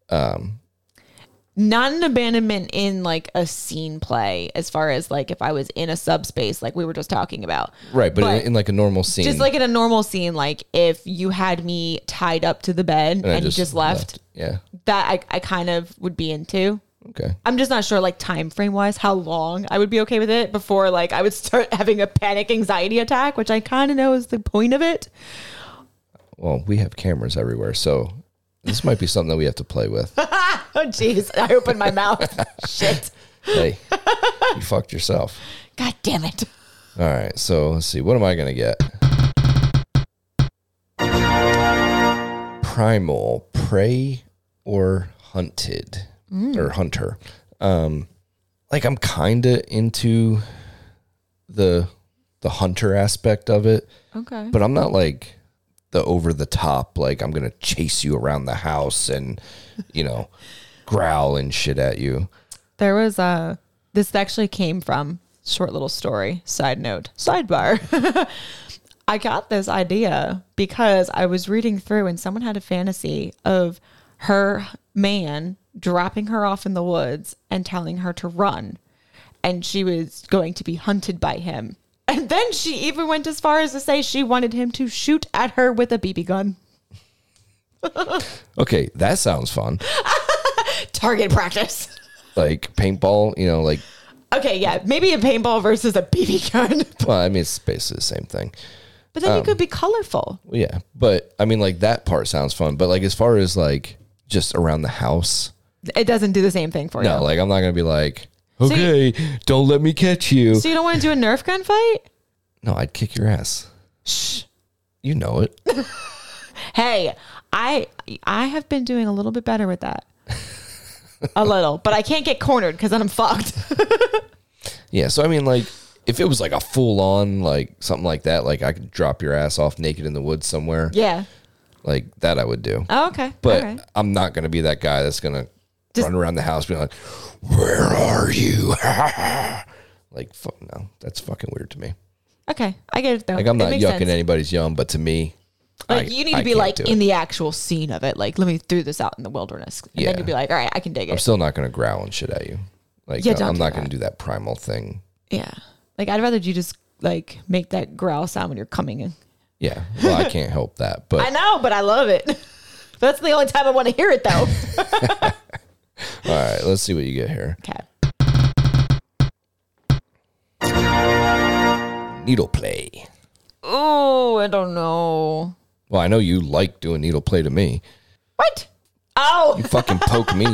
Speaker 2: not an abandonment in like a scene play as far as like if I was in a subspace like we were just talking about.
Speaker 1: Right, but, in,
Speaker 2: But-
Speaker 1: in like a normal scene.
Speaker 2: Just like in a normal scene, like if you had me tied up to the bed and,
Speaker 1: I
Speaker 2: you just left,
Speaker 1: Yeah.
Speaker 2: that I, I kind of would be into.
Speaker 1: Okay.
Speaker 2: I'm just not sure like time frame wise how long I would be okay with it before like I would start [laughs] having a panic anxiety attack, which I kind of know is the point of it.
Speaker 1: Well, we have cameras everywhere, so this might be something that we have to play
Speaker 2: [laughs]
Speaker 1: with.
Speaker 2: Oh jeez, I opened my mouth. Shit.
Speaker 1: hey, you fucked yourself.
Speaker 2: God damn it.
Speaker 1: All right, so let's see. What am I gonna get? Primal, prey, or hunted, or hunter. Um, like I'm kind of into the the hunter aspect of it,
Speaker 2: Okay.
Speaker 1: but I'm not like the over the top. Like I'm gonna chase you around the house and you know [laughs] growl and shit at you.
Speaker 2: There was a this actually came from short little story side note sidebar. [laughs] I got this idea because I was reading through and someone had a fantasy of her man dropping her off in the woods and telling her to run and she was going to be hunted by him. And then she even went as far as to say she wanted him to shoot at her with a BB gun.
Speaker 1: Okay, that sounds fun.
Speaker 2: Target practice. [laughs]
Speaker 1: Like paintball, you know, like
Speaker 2: Okay, yeah, maybe a paintball versus a BB gun. [laughs]
Speaker 1: [laughs] Well, I mean, it's basically the same thing.
Speaker 2: But then you could be colorful.
Speaker 1: Well, yeah, but I mean, like that part sounds fun. But like, as far as like just around the house,
Speaker 2: It doesn't do the same thing for
Speaker 1: no,
Speaker 2: you.
Speaker 1: like I'm not gonna be like,
Speaker 2: you-
Speaker 1: okay, don't let me catch you.
Speaker 2: So you don't want to do a Nerf gun fight?
Speaker 1: no, I'd kick your ass.
Speaker 2: Shh.
Speaker 1: You know it. [laughs]
Speaker 2: Hey, I I have been doing a little bit better with that. a little, but I can't get cornered because then I'm fucked. [laughs]
Speaker 1: yeah. So I mean, like, if it was like a full on like something like that, like I could drop your ass off naked in the woods somewhere,
Speaker 2: yeah.
Speaker 1: like that, I would do.
Speaker 2: Oh, okay.
Speaker 1: but
Speaker 2: All right.
Speaker 1: I'm not gonna be that guy that's gonna
Speaker 2: Just-
Speaker 1: run around the house being like, "Where are you?" [laughs] like, fuck no, that's fucking weird to me.
Speaker 2: okay, I get it though.
Speaker 1: Like I'm
Speaker 2: It
Speaker 1: not yucking
Speaker 2: makes sense.
Speaker 1: anybody's yum, but to me,
Speaker 2: Like
Speaker 1: I-
Speaker 2: you need
Speaker 1: I
Speaker 2: to be
Speaker 1: can't
Speaker 2: like
Speaker 1: do
Speaker 2: in
Speaker 1: it.
Speaker 2: the actual scene of it. Like let me throw this out in the wilderness, and
Speaker 1: Yeah.
Speaker 2: then you'll be like, all right, I can dig
Speaker 1: I'm
Speaker 2: it.
Speaker 1: still not gonna growl and shit at you. Like
Speaker 2: Yeah,
Speaker 1: I-
Speaker 2: don't
Speaker 1: I'm
Speaker 2: do
Speaker 1: not
Speaker 2: that.
Speaker 1: gonna do that primal thing.
Speaker 2: yeah. Like I'd rather you just like make that growl sound when you're coming in.
Speaker 1: Yeah, well, I can't help
Speaker 2: [laughs]
Speaker 1: that,
Speaker 2: I
Speaker 1: but
Speaker 2: know, but I love it. [laughs] That's the only time I want to hear it though. [laughs]
Speaker 1: all right, let's see what you get here.
Speaker 2: okay.
Speaker 1: Needle play.
Speaker 2: Oh, I don't know.
Speaker 1: Well, I know you like doing needle play to me.
Speaker 2: What? Oh.
Speaker 1: You fucking poke
Speaker 2: [laughs]
Speaker 1: me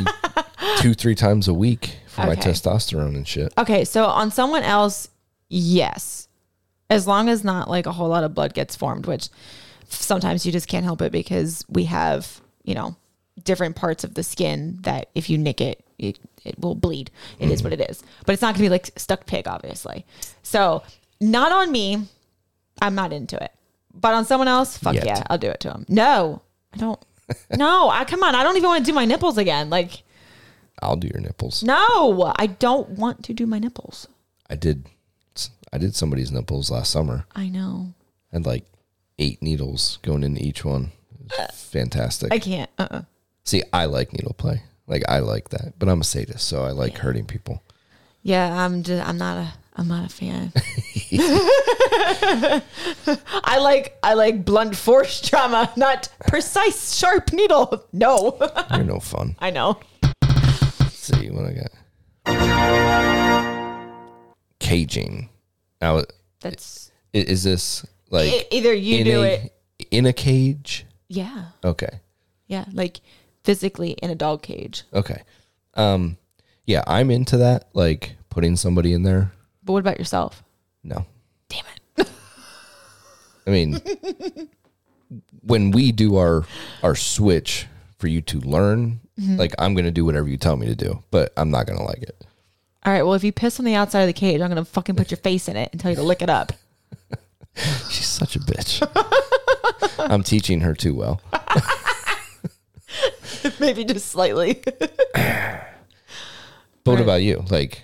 Speaker 1: two, three times a week for my
Speaker 2: Okay.
Speaker 1: testosterone and shit.
Speaker 2: Okay, so on someone else, yes. As long as not like a whole lot of blood gets formed, which sometimes you just can't help it because we have, you know, different parts of the skin that if you nick it, it, it will bleed. It is what it is. But it's not going to be like stuck pig, obviously. So, not on me. I'm not into it. But on someone else, fuck
Speaker 1: Yet.
Speaker 2: yeah, I'll do it to him. No, I don't. no, I come on. I don't even want to do my nipples again. Like,
Speaker 1: I'll do your nipples.
Speaker 2: no, I don't want to do my nipples.
Speaker 1: I did. I did somebody's nipples last summer.
Speaker 2: I know.
Speaker 1: I had like eight needles going into each one. It
Speaker 2: Uh,
Speaker 1: was fantastic.
Speaker 2: I can't. Uh-uh.
Speaker 1: See, I like needle play. Like I like that, but I'm a sadist, so I like hurting
Speaker 2: [laughs]
Speaker 1: people.
Speaker 2: Yeah, I'm just. I'm not a. I'm not a [laughs] fan. I like. I like blunt force trauma, not precise, sharp needle. No, [laughs]
Speaker 1: You're no fun.
Speaker 2: I know.
Speaker 1: Let's see what I got. Caging. Now, i-
Speaker 2: That's
Speaker 1: is this like
Speaker 2: e- either you
Speaker 1: in
Speaker 2: do
Speaker 1: a
Speaker 2: it.
Speaker 1: in a cage?
Speaker 2: Yeah,
Speaker 1: Okay,
Speaker 2: yeah. Like physically in a dog cage.
Speaker 1: okay. Um, yeah, I'm into that. Like putting somebody in there.
Speaker 2: But what about yourself?
Speaker 1: No,
Speaker 2: Damn it.
Speaker 1: I
Speaker 2: [laughs]
Speaker 1: mean, when we do our our switch for you to learn,
Speaker 2: Mm-hmm.
Speaker 1: like I'm gonna do whatever you tell me to do, but I'm not gonna like it.
Speaker 2: All right. Well, if you piss on the outside of the cage, I'm gonna fucking put your face in it and tell you to lick it [laughs] up.
Speaker 1: She's such a bitch. [laughs] I'm teaching her too well.
Speaker 2: Maybe just slightly. [laughs]
Speaker 1: But what
Speaker 2: Right.
Speaker 1: about you? Like,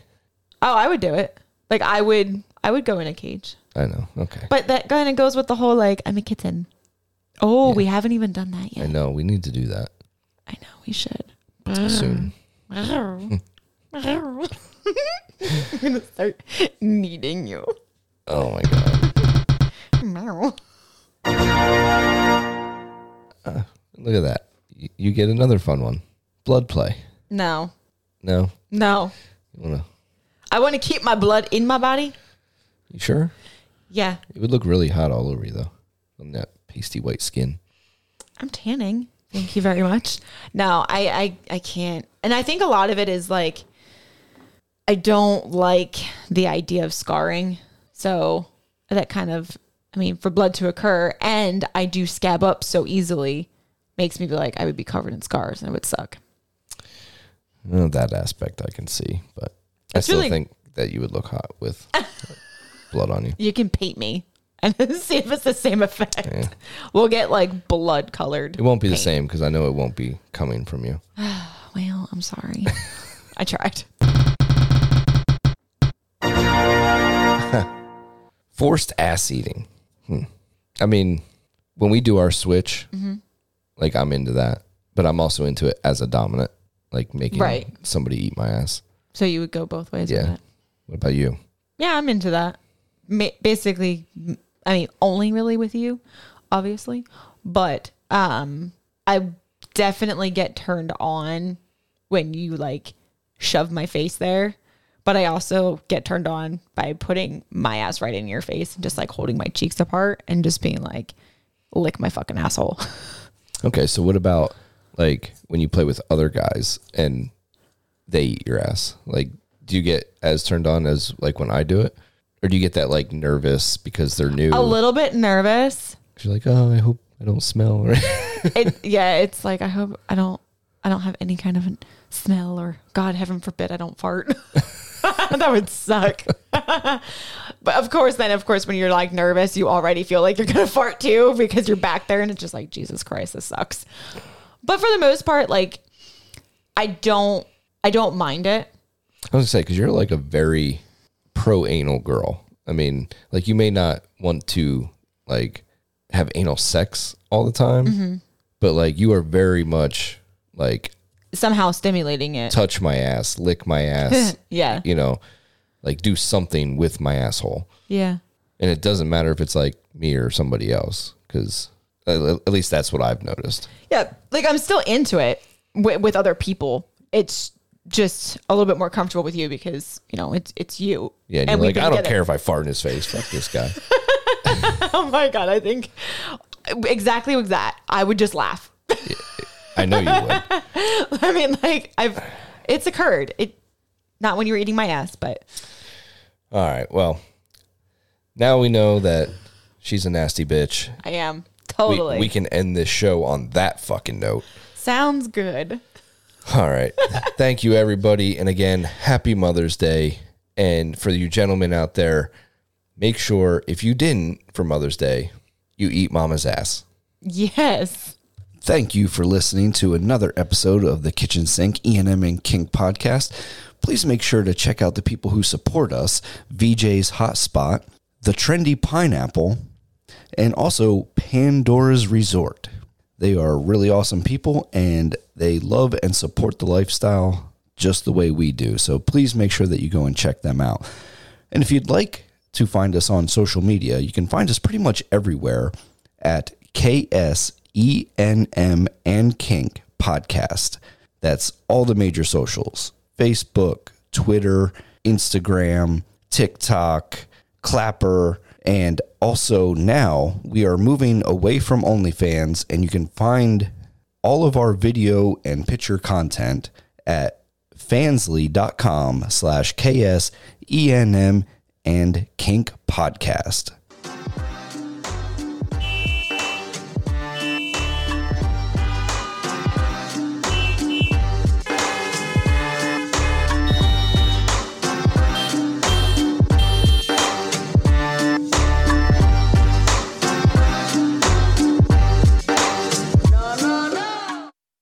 Speaker 2: oh, I would do it. Like I would. I would go in a cage.
Speaker 1: I know. Okay.
Speaker 2: But that kind of goes with the whole like I'm a kitten. Oh, we haven't even done that
Speaker 1: I
Speaker 2: yet.
Speaker 1: know. We need to do that
Speaker 2: I know we should. [gasps]
Speaker 1: soon.
Speaker 2: [laughs] I'm gonna start needing you.
Speaker 1: Oh my god. Look at that. Y- You get another fun one. Blood play.
Speaker 2: No,
Speaker 1: No.
Speaker 2: no.
Speaker 1: You wanna
Speaker 2: I want to keep my blood in my body.
Speaker 1: you sure?
Speaker 2: Yeah,
Speaker 1: It would look really hot all over you though. On that pasty white skin.
Speaker 2: I'm tanning. Thank you very much. No, I, I I can't. And I think a lot of it is like I don't like the idea of scarring. So that kind of I mean, for blood to occur and I do scab up so easily makes me be like I would be covered in scars and it would suck.
Speaker 1: Oh, that aspect I can see, but I
Speaker 2: It's
Speaker 1: still
Speaker 2: really-
Speaker 1: think that you would look hot
Speaker 2: [laughs]
Speaker 1: with blood on you.
Speaker 2: You can paint me [laughs] and see if it's the same effect.
Speaker 1: Yeah.
Speaker 2: We'll get like blood colored.
Speaker 1: It won't be the
Speaker 2: paint.
Speaker 1: same because I know it won't be coming from you.
Speaker 2: Well,
Speaker 1: [laughs]
Speaker 2: I'm sorry. I tried.
Speaker 1: Forced ass eating. Hmm. I mean, when we do our switch,
Speaker 2: Mm-hmm.
Speaker 1: like I'm into that, but I'm also into it as a dominant, like making
Speaker 2: Right.
Speaker 1: somebody eat my ass.
Speaker 2: So you would go both ways with
Speaker 1: Yeah.
Speaker 2: that.
Speaker 1: What about you?
Speaker 2: Yeah, I'm into that. Ma- basically, m- I mean, only really with you, obviously, but um, I definitely get turned on when you like shove my face there. But I also get turned on by putting my ass right in your face and just like holding my cheeks apart and just being like, lick my fucking asshole. [laughs]
Speaker 1: Okay, so what about like when you play with other guys and they eat your ass? Like, do you get as turned on as like when I do it, or do you get that like nervous because they're new?
Speaker 2: A little bit nervous.
Speaker 1: You're like, oh, I hope I don't smell. [laughs] Right?
Speaker 2: It, yeah, it's like I hope I don't I don't have any kind of an smell or God heaven forbid I don't fart. [laughs] that would suck. [laughs] but of course, then of course, when you're like nervous, you already feel like you're gonna fart too because you're back there and it's just like Jesus Christ, this sucks. But for the most part, like I don't I don't mind it.
Speaker 1: I was gonna say because you're like a very pro anal girl. I mean, like you may not want to like have anal sex all the time,
Speaker 2: Mm-hmm.
Speaker 1: but like you are very much like
Speaker 2: Somehow stimulating it.
Speaker 1: touch my ass, lick
Speaker 2: [laughs]
Speaker 1: my ass,
Speaker 2: Yeah.
Speaker 1: you know, like do something with my asshole.
Speaker 2: Yeah.
Speaker 1: And it doesn't matter if it's like me or somebody else, because at least that's what I've noticed.
Speaker 2: Yeah, like I'm still into it with, with other people. It's just a little bit more comfortable with you because you know it's it's you.
Speaker 1: Yeah, and, you're
Speaker 2: we
Speaker 1: like,
Speaker 2: didn't
Speaker 1: I don't
Speaker 2: get it.
Speaker 1: care if I fart in his face. Fuck this guy.
Speaker 2: [laughs] Oh my god, I think exactly with that, I would just laugh. [laughs]
Speaker 1: I know you would.
Speaker 2: I mean, like I've it's occurred. It not when you were eating my ass, but
Speaker 1: All right. Well, now we know that she's a nasty bitch.
Speaker 2: I am
Speaker 1: We,
Speaker 2: totally
Speaker 1: we can end this show on that fucking note.
Speaker 2: sounds good.
Speaker 1: All right. [laughs] Thank you, everybody. And again, happy Mother's Day. And for you gentlemen out there, make sure if you didn't for Mother's Day, you eat mama's ass.
Speaker 2: Yes,
Speaker 3: Thank you for listening to another episode of the Kitchen Sink E&M and Kink podcast. Please make sure to check out the people who support us, VJ's Hotspot, The Trendy Pineapple, and also Pandora's Resort. They are really awesome people and they love and support the lifestyle just the way we do. So please make sure that you go and check them out. And if you'd like to find us on social media, you can find us pretty much everywhere at KSENM and Kink Podcast. That's all the major socials Facebook, Twitter, Instagram, TikTok, Clapper. And also now we are moving away from OnlyFans, and you can find all of our video and picture content at E fansly.com slash KSENM and Kink Podcast.